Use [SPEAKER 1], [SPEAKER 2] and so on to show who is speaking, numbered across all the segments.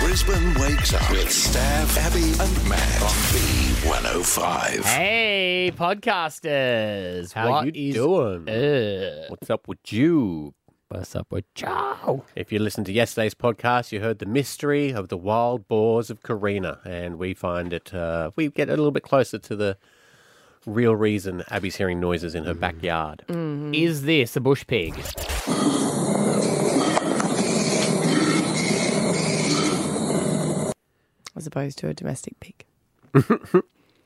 [SPEAKER 1] Brisbane wakes up with Stav, Abby, and Matt on B105.
[SPEAKER 2] Hey, podcasters.
[SPEAKER 3] How
[SPEAKER 2] What
[SPEAKER 3] you
[SPEAKER 2] is er?
[SPEAKER 3] doing?
[SPEAKER 2] up?
[SPEAKER 3] What's up with you?
[SPEAKER 2] What's up with Joe?
[SPEAKER 3] If you listened to yesterday's podcast, you heard the mystery of the wild boars of Karina, and we find it. Uh, we get a little bit closer to the real reason Abby's hearing noises in her backyard.
[SPEAKER 2] Hmm. Is this a bush pig?
[SPEAKER 4] as opposed to a domestic pig.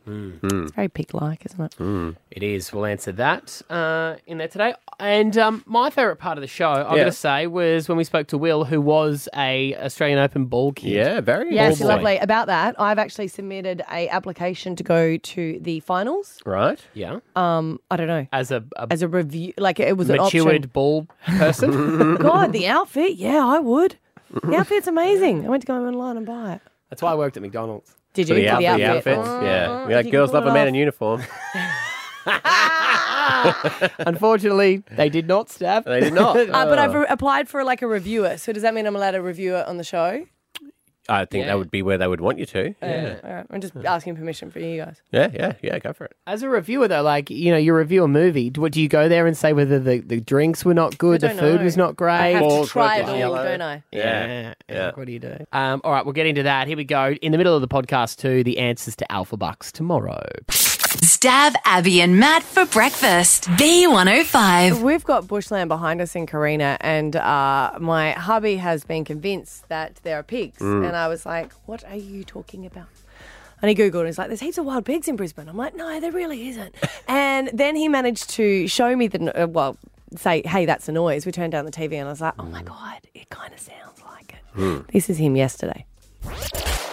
[SPEAKER 3] Mm.
[SPEAKER 4] It's very pig like, isn't it?
[SPEAKER 2] It is. We'll answer that uh, in there today. And um, my favourite part of the show, I've got
[SPEAKER 3] Yeah.
[SPEAKER 2] to say, was when we spoke to Will, who was a Australian Open ball kid.
[SPEAKER 3] Yeah, very
[SPEAKER 4] Yes,
[SPEAKER 3] ball Oh, boy.
[SPEAKER 4] lovely. About that, I've actually submitted a application to go to the finals. Um,
[SPEAKER 3] right?
[SPEAKER 2] Yeah.
[SPEAKER 4] I don't know.
[SPEAKER 2] As a, a
[SPEAKER 4] As a review, like it was an
[SPEAKER 2] matured
[SPEAKER 4] option.
[SPEAKER 2] ball person.
[SPEAKER 4] God, the outfit. Yeah, I would. The outfit's amazing. I went to go online and buy it.
[SPEAKER 2] That's why I worked at McDonald's.
[SPEAKER 4] Did you?
[SPEAKER 3] For the,
[SPEAKER 4] For
[SPEAKER 3] outfit, the outfits,
[SPEAKER 4] Oh,
[SPEAKER 3] yeah. We like
[SPEAKER 4] if you can
[SPEAKER 3] girls
[SPEAKER 4] pull
[SPEAKER 3] love a
[SPEAKER 4] it
[SPEAKER 3] man
[SPEAKER 4] off.
[SPEAKER 3] in uniform.
[SPEAKER 2] Unfortunately, they did not stab.
[SPEAKER 3] They did not.
[SPEAKER 4] Uh, but I've re- applied for like a reviewer. So does that mean I'm allowed to review it on the show?
[SPEAKER 3] I think
[SPEAKER 2] Yeah.
[SPEAKER 3] that would be where they would want you to. Yeah,
[SPEAKER 4] All right. I'm just asking permission for you guys.
[SPEAKER 3] yeah, yeah, yeah. Go for it.
[SPEAKER 2] As a reviewer, though, like you know, you review a movie. Do, do you go there and say whether the, the drinks were not good,
[SPEAKER 4] I
[SPEAKER 2] the
[SPEAKER 4] don't
[SPEAKER 2] food
[SPEAKER 4] know.
[SPEAKER 2] was not great?
[SPEAKER 4] I have
[SPEAKER 3] Balls
[SPEAKER 4] to try
[SPEAKER 3] were
[SPEAKER 4] it all,
[SPEAKER 3] yellow.
[SPEAKER 4] don't I?
[SPEAKER 2] Yeah.
[SPEAKER 3] Yeah.
[SPEAKER 2] What do you do? Um, all right, we'll get into that. Here we go. In the middle of the podcast, too, the answers to Alpha Bucks tomorrow.
[SPEAKER 5] Stav, Abby, and Matt for breakfast. B105.
[SPEAKER 4] We've got bushland behind us in Karina, and uh, my hubby has been convinced that there are pigs. And I was like, What are you talking about? And he Googled and he's like, There's heaps of wild pigs in Brisbane. I'm like, No, there really isn't. and then he managed to show me the, no- uh, well, say, Hey, that's a noise. We turned down the TV, and I was like, Oh my God, it kind of sounds like it. This is him yesterday.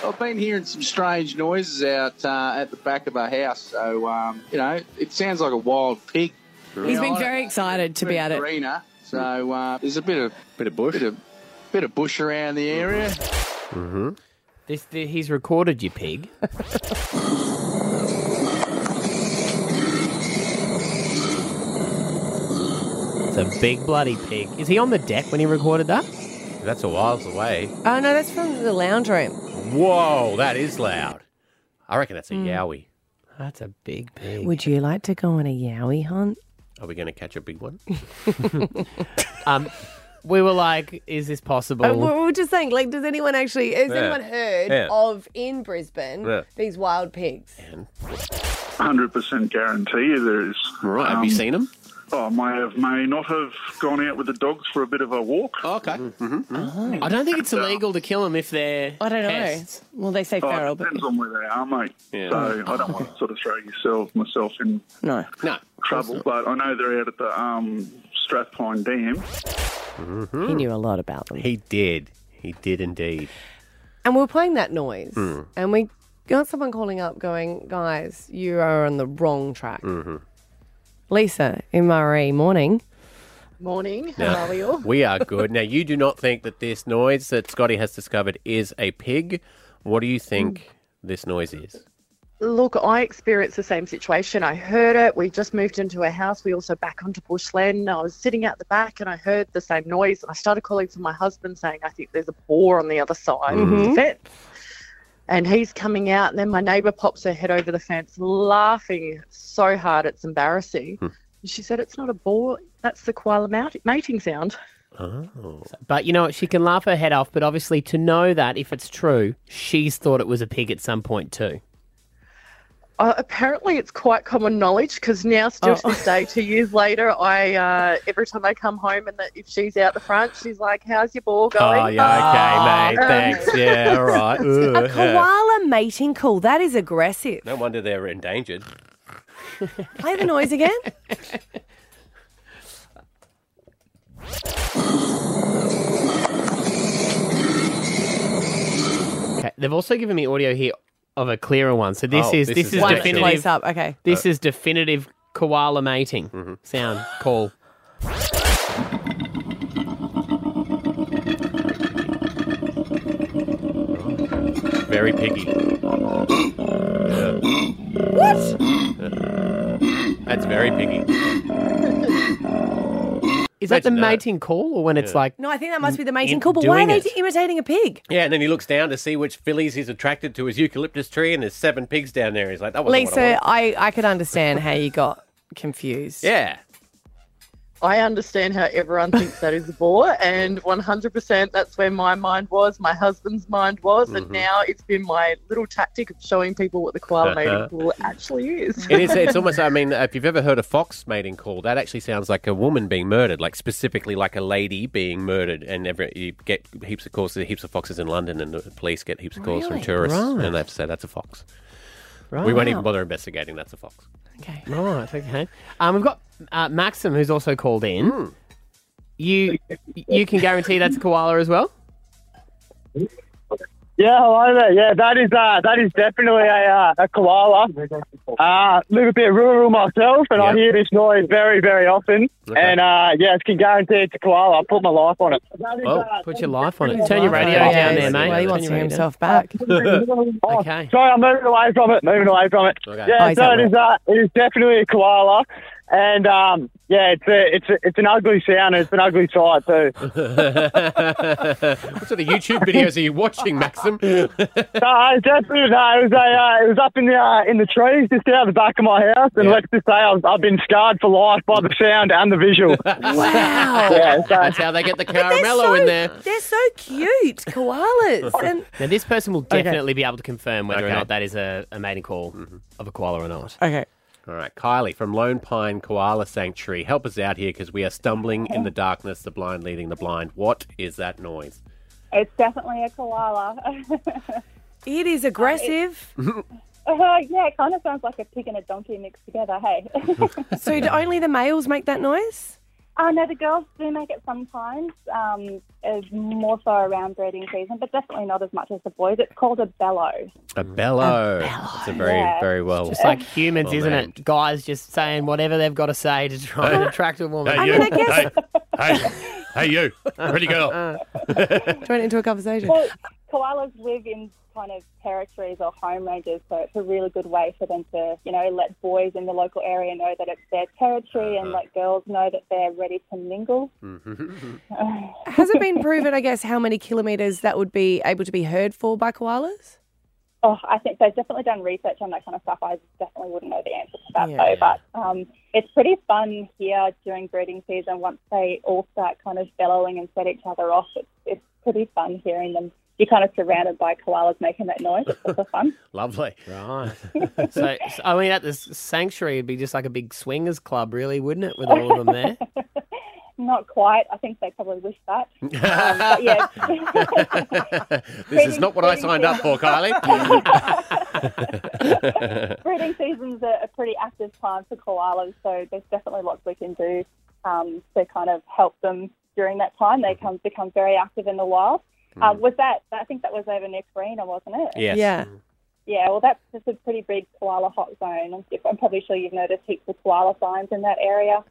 [SPEAKER 6] I've been hearing some strange noises out uh, at the back of our house. So, um, you know, it sounds like a wild pig.
[SPEAKER 4] He's been very excited to be at it.
[SPEAKER 6] Arena. So uh, there's a bit of bit of bush, bit of, bit of bush around the area.
[SPEAKER 2] This, th he's recorded you, pig. it's a big bloody pig. Is he on the deck when he recorded that?
[SPEAKER 3] That's a whiles away.
[SPEAKER 4] Oh, no, that's from the lounge room.
[SPEAKER 3] Whoa, that is loud. I reckon that's a yowie.
[SPEAKER 2] That's a big pig.
[SPEAKER 4] Would you like to go on a yowie hunt?
[SPEAKER 3] Are we going to catch a big one?
[SPEAKER 2] Um, we were like, is this possible?
[SPEAKER 4] Uh, We're, we're just saying, like, does anyone actually, has
[SPEAKER 3] Yeah.
[SPEAKER 4] anyone heard
[SPEAKER 3] Yeah.
[SPEAKER 4] of in Brisbane
[SPEAKER 3] Yeah.
[SPEAKER 4] these wild pigs?
[SPEAKER 7] hundred percent guarantee you there is.
[SPEAKER 3] Right. Have
[SPEAKER 7] Um,
[SPEAKER 3] you seen them?
[SPEAKER 7] I may have, may not have gone out with the dogs for a bit of a walk.
[SPEAKER 3] Oh.
[SPEAKER 6] Okay.
[SPEAKER 2] I don't think it's illegal to kill them if they're.
[SPEAKER 4] I don't know.
[SPEAKER 2] pests.
[SPEAKER 4] Well, they say
[SPEAKER 7] Oh,
[SPEAKER 4] feral,
[SPEAKER 7] it
[SPEAKER 4] but
[SPEAKER 7] depends on where they are, mate.
[SPEAKER 3] Yeah.
[SPEAKER 7] So I don't want to sort of throw yourself myself in
[SPEAKER 4] no.
[SPEAKER 3] No.
[SPEAKER 7] trouble, but I know they're out at the um, Strathpine Dam.
[SPEAKER 4] He knew a lot about them.
[SPEAKER 3] He did. He did indeed.
[SPEAKER 4] And we were playing that noise,
[SPEAKER 3] Hmm.
[SPEAKER 4] and we got someone calling up going, guys, you are on the wrong track.
[SPEAKER 3] Mm-hmm.
[SPEAKER 4] Lisa in Murray, morning.
[SPEAKER 8] Morning.
[SPEAKER 3] Yeah.
[SPEAKER 8] How are we all?
[SPEAKER 3] We are good. now, you do not think that this noise that Scotty has discovered is a pig. What do you think this noise is?
[SPEAKER 8] Look, I experienced the same situation. I heard it. We just moved into a house. We also back onto bushland. I was sitting out the back and I heard the same noise. And I started calling for my husband, saying, I think there's a boar on the other side of the fence. And he's coming out. And then my neighbour pops her head over the fence, laughing so hard it's embarrassing. And she said, It's not a boar. That's the koala mount- mating sound.
[SPEAKER 3] Oh.
[SPEAKER 2] But you know what? She can laugh her head off. But obviously, to know that if it's true, she's thought it was a pig at some point too.
[SPEAKER 8] Uh, apparently, it's quite common knowledge because
[SPEAKER 3] Oh.
[SPEAKER 8] now, still to this day, two years later, I uh, every time I come home and that if she's out the front, she's like, "How's your ball going?"
[SPEAKER 3] Oh, yeah. Okay, mate. Thanks. Yeah, all right.
[SPEAKER 4] A
[SPEAKER 3] Ugh, yeah.
[SPEAKER 4] koala mating call. That is aggressive.
[SPEAKER 3] No wonder they're endangered.
[SPEAKER 4] Play the noise again.
[SPEAKER 2] Okay. They've also given me audio here of a clearer one. So this
[SPEAKER 3] Oh,
[SPEAKER 2] is
[SPEAKER 3] this
[SPEAKER 2] this,
[SPEAKER 3] is
[SPEAKER 2] is,
[SPEAKER 3] One Uh,
[SPEAKER 4] One
[SPEAKER 3] actually-
[SPEAKER 2] definitive.
[SPEAKER 4] close up. Okay.
[SPEAKER 2] This is definitive koala mating
[SPEAKER 3] Mm-hmm.
[SPEAKER 2] sound call.
[SPEAKER 3] Very piggy. what? Uh, That's very piggy.
[SPEAKER 2] Is Is that the
[SPEAKER 3] Imagine that.
[SPEAKER 2] mating call or when it's like,
[SPEAKER 4] No, I think that must be the mating
[SPEAKER 3] in
[SPEAKER 4] call. But why are
[SPEAKER 3] doing
[SPEAKER 4] they
[SPEAKER 3] it.
[SPEAKER 4] d- imitating a pig?
[SPEAKER 3] Yeah, and then he looks down to see which fillies he's attracted to his eucalyptus tree, and there's seven pigs down there. He's like, that wasn't what I
[SPEAKER 4] Lisa,
[SPEAKER 3] wanted.
[SPEAKER 4] I, I could understand how you got confused.
[SPEAKER 3] Yeah.
[SPEAKER 8] I understand how everyone thinks that is a bore, and 100% that's where my mind was, my husband's mind was,
[SPEAKER 3] Mm-hmm.
[SPEAKER 8] and now it's been my little tactic of showing people what the koala mating pool actually is.
[SPEAKER 3] It is, it's almost, I mean, if you've ever heard a fox mating call, that actually sounds like a woman being murdered, like specifically like a lady being murdered. And every, you get heaps of calls, heaps of foxes in London, and the police get heaps of calls from
[SPEAKER 4] Really?
[SPEAKER 3] tourists,
[SPEAKER 2] Right.
[SPEAKER 3] and they have to say, that's a fox.
[SPEAKER 2] right?
[SPEAKER 3] We won't even bother investigating, that's a fox.
[SPEAKER 4] Okay.
[SPEAKER 2] Right, okay. Um, we've got uh, Maxim who's also called in.
[SPEAKER 3] Hmm.
[SPEAKER 2] You you can guarantee that's a koala as well?
[SPEAKER 9] Yeah, hello there. Yeah, that is uh, that is definitely a uh, a koala. Uh, live a bit rural myself, and
[SPEAKER 3] Yep.
[SPEAKER 9] I hear this noise very, very often.
[SPEAKER 3] Okay.
[SPEAKER 9] And uh, yes, can guarantee it's a koala. I put my life on it.
[SPEAKER 3] Well,
[SPEAKER 2] Oh, Put your life on it. Turn your radio
[SPEAKER 3] Yeah,
[SPEAKER 2] down there,
[SPEAKER 3] it's-
[SPEAKER 2] mate.
[SPEAKER 3] well, he
[SPEAKER 2] Turn
[SPEAKER 4] wants
[SPEAKER 2] your
[SPEAKER 4] to hear
[SPEAKER 2] radio down.
[SPEAKER 4] himself back.
[SPEAKER 9] Oh,
[SPEAKER 2] Okay.
[SPEAKER 9] Sorry, I'm moving away from it. Moving away from it.
[SPEAKER 3] Okay.
[SPEAKER 9] Yeah,
[SPEAKER 4] Oh, he's
[SPEAKER 9] so
[SPEAKER 4] not
[SPEAKER 9] it is. Uh, it is definitely a koala, and um, yeah, it's a, it's a, it's an ugly sound. and It's an ugly sight too.
[SPEAKER 3] what sort of YouTube videos are you watching, Maxim?
[SPEAKER 9] No, it's definitely no. It was a, uh, it was up in the uh, in the trees, just out the back of my house, and
[SPEAKER 3] Yeah.
[SPEAKER 9] let's just say I've, I've been scarred for life by the sound and the visual.
[SPEAKER 4] Wow.
[SPEAKER 9] yeah, so,
[SPEAKER 3] That's how they get the
[SPEAKER 4] They're
[SPEAKER 3] caramello
[SPEAKER 4] so,
[SPEAKER 3] in there.
[SPEAKER 4] They're so cute, koalas. and
[SPEAKER 2] Now, this person will definitely be able to confirm whether
[SPEAKER 3] Okay. Mm-hmm.
[SPEAKER 2] or not that is a, a mating call of a koala or not.
[SPEAKER 4] okay,
[SPEAKER 3] All right, Kylie from Lone Pine Koala Sanctuary, help us out here because we are stumbling in the darkness, the blind leading the blind. What is that noise?
[SPEAKER 10] It's definitely a koala.
[SPEAKER 4] it is aggressive.
[SPEAKER 10] Uh, yeah, it kind of sounds like a pig and a donkey mixed together. Hey.
[SPEAKER 4] so do only the males make that noise?
[SPEAKER 10] I know the girls do make it sometimes, um, uh, more so around breeding season, but definitely not as much as the boys. It's called a bellow.
[SPEAKER 3] A bellow. It's a very,
[SPEAKER 10] Yeah.
[SPEAKER 3] very well.
[SPEAKER 2] It's
[SPEAKER 4] Oh,
[SPEAKER 2] like humans,
[SPEAKER 3] Well,
[SPEAKER 2] isn't
[SPEAKER 3] man.
[SPEAKER 2] it? Guys just saying whatever they've got to say to try and attract a woman.
[SPEAKER 4] I mean, I guess
[SPEAKER 3] hey, hey, hey, you, pretty girl.
[SPEAKER 4] turn it into a conversation.
[SPEAKER 10] Well, koalas live in kind of territories or home ranges, so it's a really good way for them to, you know, let boys in the local area know that it's their territory and let girls know that they're ready to mingle.
[SPEAKER 4] Has it been proven, I guess, how many kilometres that would be able to be heard for by koalas?
[SPEAKER 10] Oh, I think they've definitely done research on that kind of stuff. I definitely wouldn't know the answer to that
[SPEAKER 4] Yeah.
[SPEAKER 10] though. But um, it's pretty fun here during breeding season. Once they all start kind of bellowing and set each other off, it's, it's pretty fun hearing them. You're kind of surrounded by koalas making that noise. It's lots of fun.
[SPEAKER 3] Lovely.
[SPEAKER 2] Right. so, so, I mean, at this sanctuary, it'd be just like a big swingers club, really, wouldn't it? With all of them there.
[SPEAKER 10] Not quite. I think they probably wish that. Um, but yeah,
[SPEAKER 3] this is not what I signed up for, Kylie.
[SPEAKER 10] breeding season's a, a pretty active time for koalas, so there's definitely lots we can do um, to kind of help them during that time. They come become very active in the wild. Um, was that? I think that was over near Karina, wasn't it?
[SPEAKER 3] yes.
[SPEAKER 4] Yeah.
[SPEAKER 10] Yeah, well, that's just a pretty big koala hot zone. I'm, I'm probably sure you've noticed heaps of koala signs in that area,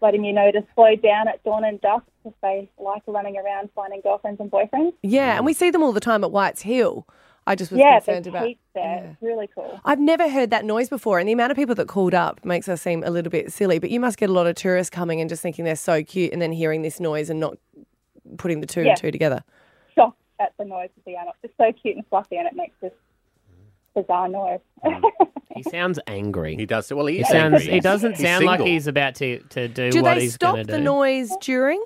[SPEAKER 10] letting you know to slow down at dawn and dusk if they like running around finding girlfriends and boyfriends.
[SPEAKER 4] Yeah, and we see them all the time at White's Hill. I just was
[SPEAKER 10] yeah,
[SPEAKER 4] concerned
[SPEAKER 10] there's
[SPEAKER 4] about.
[SPEAKER 10] heaps there. It's really cool.
[SPEAKER 4] I've never heard that noise before, and the amount of people that called up makes us seem a little bit silly. But you must get a lot of tourists coming and just thinking they're so cute, and then hearing this noise and not putting the two
[SPEAKER 10] Yeah.
[SPEAKER 4] and two together.
[SPEAKER 10] Shocked at the noise of the animal. It's so cute and fluffy, and it makes this bizarre noise.
[SPEAKER 2] He sounds angry.
[SPEAKER 3] He does. Well, he,
[SPEAKER 2] He
[SPEAKER 3] is
[SPEAKER 2] sounds.
[SPEAKER 3] angry.
[SPEAKER 2] He doesn't
[SPEAKER 3] He's
[SPEAKER 2] sound like
[SPEAKER 3] single.
[SPEAKER 2] he's about to, to do,
[SPEAKER 4] Do
[SPEAKER 2] what
[SPEAKER 4] they
[SPEAKER 2] he's
[SPEAKER 4] stop
[SPEAKER 2] gonna
[SPEAKER 4] the
[SPEAKER 2] do.
[SPEAKER 4] noise during?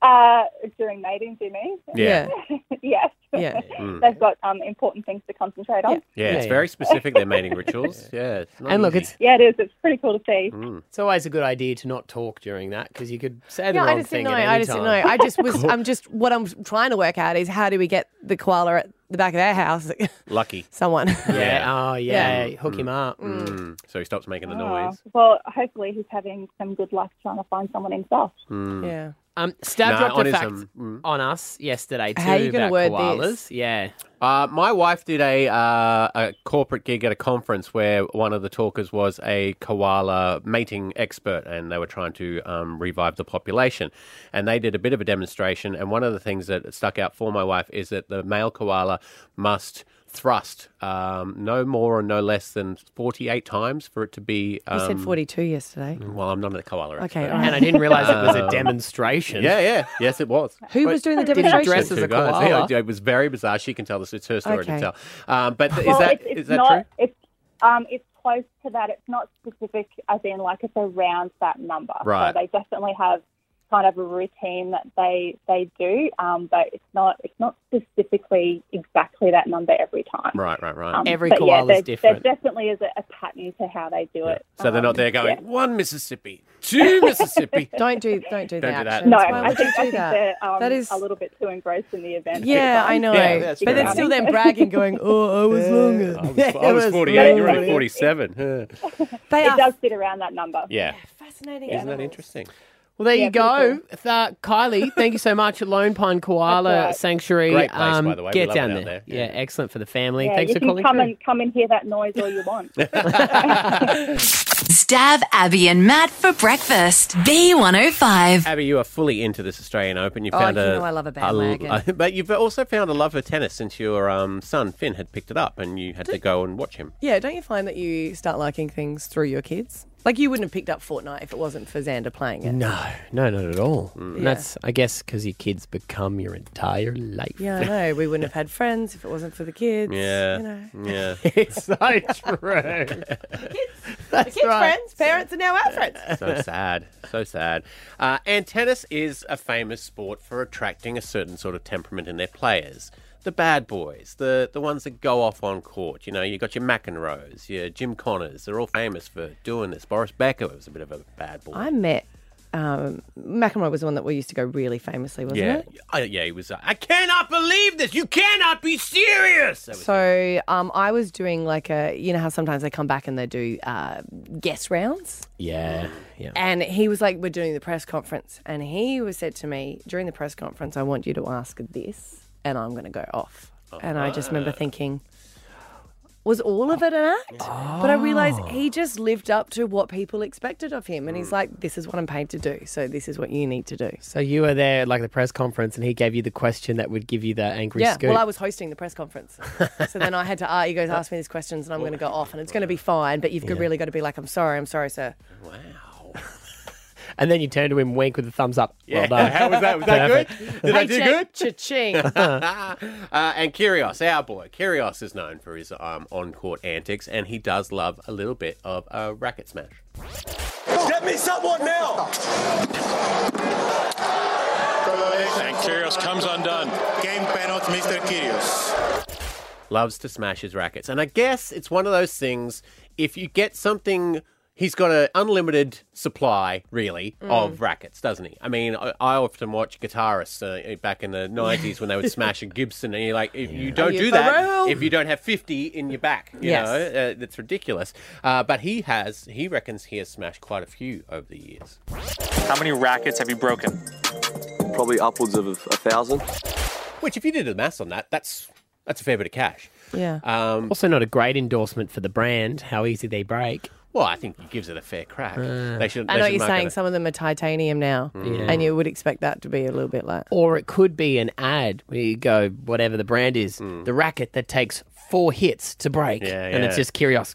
[SPEAKER 10] uh, during mating, do you mean?
[SPEAKER 3] Yeah.
[SPEAKER 10] yes.
[SPEAKER 4] Yeah.
[SPEAKER 10] They've got um, important things to concentrate on. Yeah,
[SPEAKER 4] Yeah.
[SPEAKER 3] Yeah,
[SPEAKER 2] Yeah,
[SPEAKER 3] it's
[SPEAKER 2] yeah.
[SPEAKER 3] very specific, their mating rituals. Yeah. it's not
[SPEAKER 2] And look,
[SPEAKER 3] easy.
[SPEAKER 2] it's
[SPEAKER 10] it is. It's pretty cool to see.
[SPEAKER 3] Mm.
[SPEAKER 2] it's always a good idea to not talk during that because you could say the
[SPEAKER 4] Yeah,
[SPEAKER 2] wrong
[SPEAKER 4] I just
[SPEAKER 2] thing
[SPEAKER 4] didn't know.
[SPEAKER 2] at any
[SPEAKER 4] I just didn't know.
[SPEAKER 2] time.
[SPEAKER 4] I just was. I'm just. What I'm trying to work out is how do we get the koala at the back of their house?
[SPEAKER 3] lucky.
[SPEAKER 4] Someone.
[SPEAKER 2] Yeah. Oh, yeah. Hook him up.
[SPEAKER 3] Mm. So he stops making the
[SPEAKER 10] Oh,
[SPEAKER 3] noise.
[SPEAKER 10] well, hopefully he's having some good luck trying to find someone himself.
[SPEAKER 3] Mm.
[SPEAKER 4] Yeah.
[SPEAKER 2] Um, Stab
[SPEAKER 3] Nah,
[SPEAKER 2] dropped
[SPEAKER 3] on
[SPEAKER 2] a
[SPEAKER 3] his,
[SPEAKER 2] fact
[SPEAKER 3] um, mm.
[SPEAKER 2] on us yesterday too
[SPEAKER 4] How you gonna
[SPEAKER 2] about
[SPEAKER 4] word
[SPEAKER 2] koalas.
[SPEAKER 4] this? Oh.
[SPEAKER 2] Yeah.
[SPEAKER 3] Uh, my wife did a uh, a corporate gig at a conference where one of the talkers was a koala mating expert, and they were trying to um, revive the population. And they did a bit of a demonstration. And one of the things that stuck out for my wife is that the male koala must thrust, um, no more and no less than 48 times for it to be. Um,
[SPEAKER 4] You said 42 yesterday.
[SPEAKER 3] Well, I'm not a koala
[SPEAKER 4] Okay,
[SPEAKER 3] expert.
[SPEAKER 4] all right. And I didn't realise it was a
[SPEAKER 2] demonstration.
[SPEAKER 3] Um, Yeah, yeah. Yes, it was.
[SPEAKER 4] Who was doing the
[SPEAKER 3] Did he
[SPEAKER 4] demonstration?
[SPEAKER 3] dress as a koala?
[SPEAKER 4] koala?
[SPEAKER 3] it was very bizarre. She can tell this. It's her story
[SPEAKER 10] Okay.
[SPEAKER 3] to tell. Um, but is
[SPEAKER 10] Well,
[SPEAKER 3] that
[SPEAKER 10] it's, it's
[SPEAKER 3] is that
[SPEAKER 10] not,
[SPEAKER 3] true?
[SPEAKER 10] It's um, it's close to that. It's not specific, as in like it's around that number.
[SPEAKER 3] Right.
[SPEAKER 10] So they definitely have kind of a routine that they they do, um, but it's not it's not specifically exactly that number every time.
[SPEAKER 3] Right, right, right.
[SPEAKER 10] Um, but yeah, there- There definitely is a, a pattern to how they do it. Um,
[SPEAKER 3] So they're not there going one Mississippi, two Mississippi.
[SPEAKER 4] Don't do don't
[SPEAKER 3] Don't do
[SPEAKER 4] do that.
[SPEAKER 3] that.
[SPEAKER 10] No,
[SPEAKER 3] Why
[SPEAKER 10] I
[SPEAKER 4] would you
[SPEAKER 10] think,
[SPEAKER 4] do
[SPEAKER 10] I think
[SPEAKER 4] that?
[SPEAKER 10] they're um,
[SPEAKER 4] That is-
[SPEAKER 10] a little bit too engrossed in the event.
[SPEAKER 4] Yeah, I know.
[SPEAKER 3] Yeah, that's
[SPEAKER 4] but
[SPEAKER 3] fair
[SPEAKER 4] it's still
[SPEAKER 10] enough.
[SPEAKER 4] them bragging, going, "Oh, I was longer."
[SPEAKER 3] I was, I was 48. You're only 47.
[SPEAKER 4] They
[SPEAKER 10] it does sit around that number.
[SPEAKER 3] yeah.
[SPEAKER 4] Fascinating.
[SPEAKER 3] Isn't that interesting?
[SPEAKER 2] Well, there
[SPEAKER 10] Yeah,
[SPEAKER 2] you go. Uh, Kylie, thank you so much. Lone Pine Koala
[SPEAKER 10] That's right.
[SPEAKER 2] Sanctuary. um,
[SPEAKER 3] Great place, by the way. We
[SPEAKER 2] Get
[SPEAKER 3] love it
[SPEAKER 2] down
[SPEAKER 3] out
[SPEAKER 2] there.
[SPEAKER 3] there.
[SPEAKER 2] Yeah. excellent for the family.
[SPEAKER 10] Yeah,
[SPEAKER 2] Thanks
[SPEAKER 10] you
[SPEAKER 2] for
[SPEAKER 10] can
[SPEAKER 2] calling.
[SPEAKER 10] come
[SPEAKER 2] through.
[SPEAKER 10] and come and hear that noise all you want.
[SPEAKER 5] Stab Abby and Matt for breakfast. B105.
[SPEAKER 3] Abby, you are fully into this Australian Open. You
[SPEAKER 5] Oh,
[SPEAKER 3] found
[SPEAKER 5] you
[SPEAKER 3] a,
[SPEAKER 5] know I love a bandwagon.
[SPEAKER 3] but you've also found a love for tennis since your um, son Finn had picked it up, and you had to go and watch him.
[SPEAKER 4] Yeah, don't you find that you start liking things through your kids? Like you wouldn't have picked up Fortnite if it wasn't for Xander playing it.
[SPEAKER 2] No, no, not at all. And
[SPEAKER 4] Mm. Yeah.
[SPEAKER 2] That's, I guess, because your kids become your entire life.
[SPEAKER 4] Yeah, I know. We wouldn't have had friends if it wasn't for the kids.
[SPEAKER 2] Yeah.
[SPEAKER 4] You know.
[SPEAKER 3] Yeah.
[SPEAKER 2] it's so true.
[SPEAKER 4] The kids' friends, parents are now our friends.
[SPEAKER 3] so sad, so sad. Uh, and tennis is a famous sport for attracting a certain sort of temperament in their players. The bad boys, the the ones that go off on court. You know, you got your McEnroes, your Jim Connors. They're all famous for doing this. Boris Becker was a bit of a bad boy.
[SPEAKER 4] I met um, McEnroy was the one that we used to go really famously, wasn't
[SPEAKER 3] yeah,
[SPEAKER 4] it?
[SPEAKER 3] I, yeah, he was. uh, I cannot believe this. You cannot be serious. That was-
[SPEAKER 4] So um, I was doing like a, you know how sometimes they come back and they do uh, guest rounds.
[SPEAKER 2] Yeah, yeah.
[SPEAKER 4] And he was like, we're doing the press conference. And he was said to me, during the press conference, I want you to ask this and I'm going to go off. And I just
[SPEAKER 3] Uh-huh.
[SPEAKER 4] remember thinking, was all of it an act? But I realised
[SPEAKER 3] Oh.
[SPEAKER 4] he just lived up to what people expected of him. And he's like, this is what I'm paid to do. So this is what you need to do.
[SPEAKER 2] So you were there at like the press conference, and he gave you the question that would give you the angry
[SPEAKER 4] yeah,
[SPEAKER 2] scoop.
[SPEAKER 4] well, I was hosting the press conference, so then I had to. Ah, you guys ask me these questions, and I'm going to go off, and it's going to be fine. But you've really got to be like, I'm sorry, I'm sorry, sir.
[SPEAKER 2] and then you turned to him, wink with a thumbs up.
[SPEAKER 3] Yeah,
[SPEAKER 2] Well done.
[SPEAKER 3] how was that? Was that
[SPEAKER 2] Perfect.
[SPEAKER 3] good? Did I do good?
[SPEAKER 4] Cha-ching.
[SPEAKER 3] uh, and Kyrgios, our boy, Kyrgios is known for his um, on-court antics, and he does love a little bit of a racket smash.
[SPEAKER 11] Get me someone now! And Kyrgios comes undone. Game penalty, Mr. Kyrgios.
[SPEAKER 3] Loves to smash his rackets, and I guess it's one of those things. If you get something, he's got an unlimited supply, really,
[SPEAKER 2] Mm.
[SPEAKER 3] of rackets, doesn't he? I mean, I, I often watch guitarists uh, back in the '90s when they would smash a Gibson, and you're like, if you don't
[SPEAKER 11] you
[SPEAKER 3] do that,
[SPEAKER 11] Pharrell?
[SPEAKER 3] if you don't have 50 in your back, you
[SPEAKER 11] Yes.
[SPEAKER 3] know, uh, that's ridiculous. Uh, but he has, he reckons he has smashed quite a few over the years.
[SPEAKER 12] How many rackets have you broken? Probably upwards of a, thousand.
[SPEAKER 3] Which, if you did the maths on that, that's that's a fair bit of cash.
[SPEAKER 4] Yeah.
[SPEAKER 3] Um,
[SPEAKER 2] also, not a great endorsement for the brand. How easy they break.
[SPEAKER 3] Well, I think he gives it a fair crack. They should.
[SPEAKER 4] Uh, I
[SPEAKER 3] they
[SPEAKER 4] know
[SPEAKER 3] should
[SPEAKER 4] what you're
[SPEAKER 3] market
[SPEAKER 4] saying.
[SPEAKER 3] it. Mm.
[SPEAKER 4] Some of them are titanium now,
[SPEAKER 2] Yeah.
[SPEAKER 4] and you would expect that to be a little bit like.
[SPEAKER 2] Or it could be an ad where you go, whatever the brand is, the racket that takes four hits to break. And it's
[SPEAKER 3] Hmm. yeah. Hmm.
[SPEAKER 2] just curious.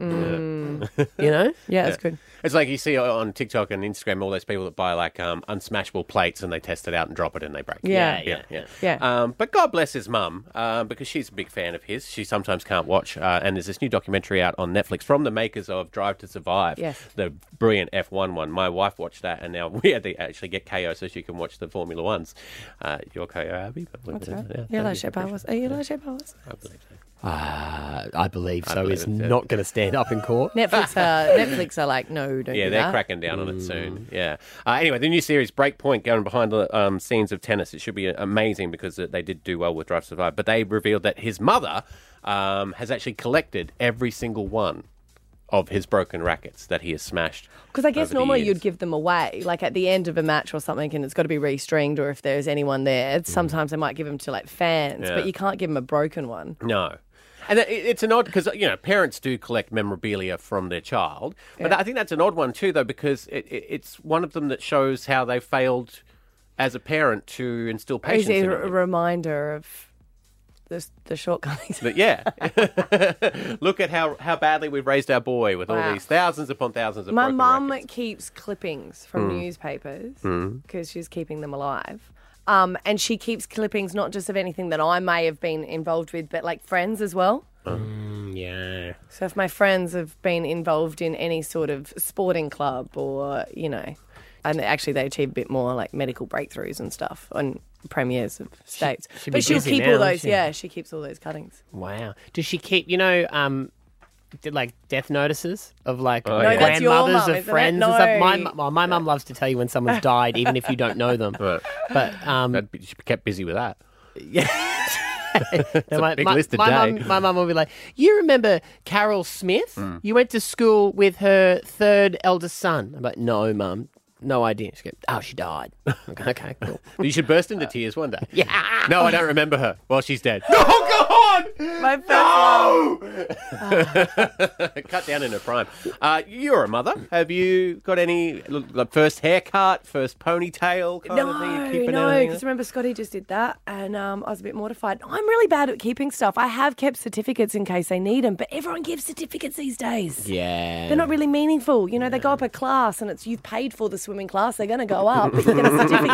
[SPEAKER 4] Mm.
[SPEAKER 2] You know?
[SPEAKER 4] Yeah, it's good.
[SPEAKER 3] It's like you see on TikTok and Instagram all those people that buy like um, unsmashable plates and they test it out and drop it and they break.
[SPEAKER 11] Yeah.
[SPEAKER 3] yeah, yeah.
[SPEAKER 11] Yeah.
[SPEAKER 3] Um, but God bless his mum um, because she's a big fan of his. She sometimes can't watch. Uh, and there's this new documentary out on Netflix from the makers of Drive to Survive.
[SPEAKER 11] Yes.
[SPEAKER 3] The brilliant F1 one. My wife watched that and now we had to actually get KO so she can watch the Formula Ones. Uh, you're KO, Abby. But
[SPEAKER 4] That's
[SPEAKER 3] yeah,
[SPEAKER 4] right.
[SPEAKER 3] that'd
[SPEAKER 4] You're
[SPEAKER 3] be
[SPEAKER 4] like shape powers. Are you like shape powers?
[SPEAKER 3] I believe so.
[SPEAKER 2] Ah, I believe so.
[SPEAKER 3] believe
[SPEAKER 2] Is
[SPEAKER 3] it, yeah.
[SPEAKER 2] not going to stand up in court.
[SPEAKER 4] Netflix are Netflix are like, no, don't.
[SPEAKER 3] yeah,
[SPEAKER 4] do
[SPEAKER 3] they're
[SPEAKER 4] that. Mm.
[SPEAKER 3] cracking down on it soon. Yeah. Uh, anyway, the new series Breakpoint going behind the um, scenes of tennis. It should be uh, amazing because they did do well with Drive to Survive. But they revealed that his mother um, has actually collected every single one of his broken rackets that he has smashed.
[SPEAKER 4] Because I guess
[SPEAKER 3] over the
[SPEAKER 4] normally
[SPEAKER 3] years.
[SPEAKER 4] you'd give them away, like at the end of a match or something, and it's got to be restringed, or if there's anyone there. Sometimes they might give them to like fans,
[SPEAKER 3] Mm. Yeah.
[SPEAKER 4] but you can't give them a broken one.
[SPEAKER 3] No. And it- it's an odd because you know parents do collect memorabilia from their child, but
[SPEAKER 11] Yeah.
[SPEAKER 3] I think that's an odd one too, though, because it, it, it's one of them that shows how they failed as a parent to instill
[SPEAKER 4] Is
[SPEAKER 3] patience.
[SPEAKER 4] it
[SPEAKER 3] in
[SPEAKER 4] a
[SPEAKER 3] them.
[SPEAKER 4] reminder of the, the shortcomings.
[SPEAKER 3] But yeah, look at how, how badly we've raised our boy with all
[SPEAKER 4] Wow.
[SPEAKER 3] these thousands upon thousands of
[SPEAKER 4] My
[SPEAKER 3] broken
[SPEAKER 4] mum keeps clippings from
[SPEAKER 2] Hmm.
[SPEAKER 3] Mm.
[SPEAKER 4] newspapers
[SPEAKER 3] Mm.
[SPEAKER 4] because she's keeping them alive. Um, and she keeps clippings not just of anything that I may have been involved with, but like friends as well.
[SPEAKER 3] yeah.
[SPEAKER 4] So if my friends have been involved in any sort of sporting club or, you know, and actually they achieve a bit more like medical breakthroughs and stuff on premieres of states.
[SPEAKER 2] she'd be
[SPEAKER 4] but she'll
[SPEAKER 2] busy
[SPEAKER 4] keep
[SPEAKER 2] now,
[SPEAKER 4] all those,
[SPEAKER 2] wouldn't she?
[SPEAKER 4] yeah, she keeps all those cuttings.
[SPEAKER 2] Wow. Does she keep, you know, um, did, like death notices of like
[SPEAKER 3] Oh,
[SPEAKER 4] No, yeah. that's your
[SPEAKER 2] grandmothers
[SPEAKER 4] mum,
[SPEAKER 2] of
[SPEAKER 4] isn't it?
[SPEAKER 2] friends and stuff? My,
[SPEAKER 4] No.
[SPEAKER 2] mu- well, my mum loves to tell you when someone's died, even if you don't know them. But um,
[SPEAKER 3] she kept busy with that.
[SPEAKER 2] Yeah.
[SPEAKER 3] a
[SPEAKER 2] my,
[SPEAKER 3] big
[SPEAKER 2] my,
[SPEAKER 3] list
[SPEAKER 2] my
[SPEAKER 3] today.
[SPEAKER 2] mum- my mum will be like, "You remember Carol Smith?
[SPEAKER 3] Mm.
[SPEAKER 2] You went to school with her third eldest son." I'm like, "No, mum, no idea." She goes, "Oh, she died." I'm like, okay, cool.
[SPEAKER 3] you should burst into tears one day.
[SPEAKER 2] Yeah.
[SPEAKER 3] No, I don't remember her. Well, she's dead. No!
[SPEAKER 2] Oh
[SPEAKER 4] God! My first
[SPEAKER 3] Cut down in her prime. Uh, you're a mother. Have you got any like, first haircut, first ponytail kind of thing? You're
[SPEAKER 4] No,
[SPEAKER 3] keeping
[SPEAKER 4] no,
[SPEAKER 3] anything
[SPEAKER 4] because remember Scotty just did that, and um, I was a bit mortified. I'm really bad at keeping stuff. I have kept certificates in case they need them, but everyone gives certificates these days.
[SPEAKER 2] Yeah.
[SPEAKER 4] They're not really meaningful. You know, they go up a class and it's you've paid for the swimming class, they're going to go up. but you get a certificate.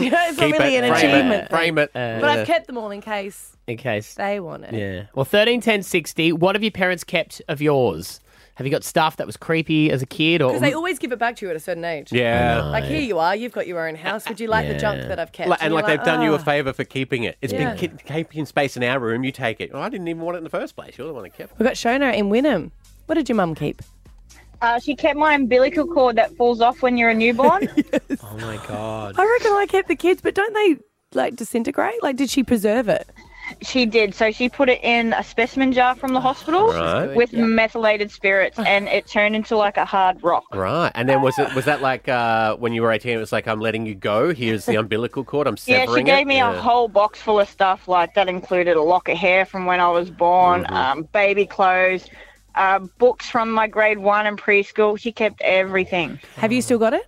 [SPEAKER 4] you know, it's not
[SPEAKER 2] Keep
[SPEAKER 4] really
[SPEAKER 2] it, frame
[SPEAKER 4] an
[SPEAKER 2] it,
[SPEAKER 4] achievement. thing.
[SPEAKER 2] frame it.
[SPEAKER 4] but
[SPEAKER 2] Uh,
[SPEAKER 4] I've kept them all in case
[SPEAKER 2] In case
[SPEAKER 4] they want it.
[SPEAKER 2] Yeah. Well, 13, 10, 60, what have your parents kept of yours? Have you got stuff that was creepy as a kid? or Oh,
[SPEAKER 4] Because they always give it back to you at a certain age.
[SPEAKER 3] Yeah. I know.
[SPEAKER 4] Like, here you are, you've got your own house. Would you like the junk
[SPEAKER 3] Yeah.
[SPEAKER 4] that I've kept?
[SPEAKER 3] Like- and
[SPEAKER 4] you're
[SPEAKER 3] like, they've done you a
[SPEAKER 13] uh,
[SPEAKER 4] "Ah."
[SPEAKER 3] favour for keeping it. It's
[SPEAKER 4] Yeah.
[SPEAKER 3] been been keeping space in our room. You take it. Oh, I didn't even want it in the first place. You're the one that kept it.
[SPEAKER 4] We've got Shona in Wynnum. What did your mum keep?
[SPEAKER 13] Uh, she kept my umbilical cord that falls off when you're a newborn.
[SPEAKER 3] Oh my god.
[SPEAKER 4] I reckon I kept the kids, but don't they like disintegrate? Like, did she preserve it?
[SPEAKER 13] she did. So she put it in a specimen jar from the hospital
[SPEAKER 3] Right.
[SPEAKER 13] with
[SPEAKER 3] Yeah.
[SPEAKER 13] methylated spirits, and it turned into like a hard rock.
[SPEAKER 3] Right. And then was it was that like uh, when you were 18? It was like I'm letting you go. Here's the umbilical cord. I'm
[SPEAKER 13] Yeah,
[SPEAKER 3] severing
[SPEAKER 13] she gave
[SPEAKER 3] it.
[SPEAKER 13] me a
[SPEAKER 3] Yeah.
[SPEAKER 13] whole box full of stuff like that included a lock of hair from when I was born,
[SPEAKER 3] Mm-hmm.
[SPEAKER 13] um, baby clothes, uh, books from my grade one and preschool. She kept everything.
[SPEAKER 4] Have you still got it?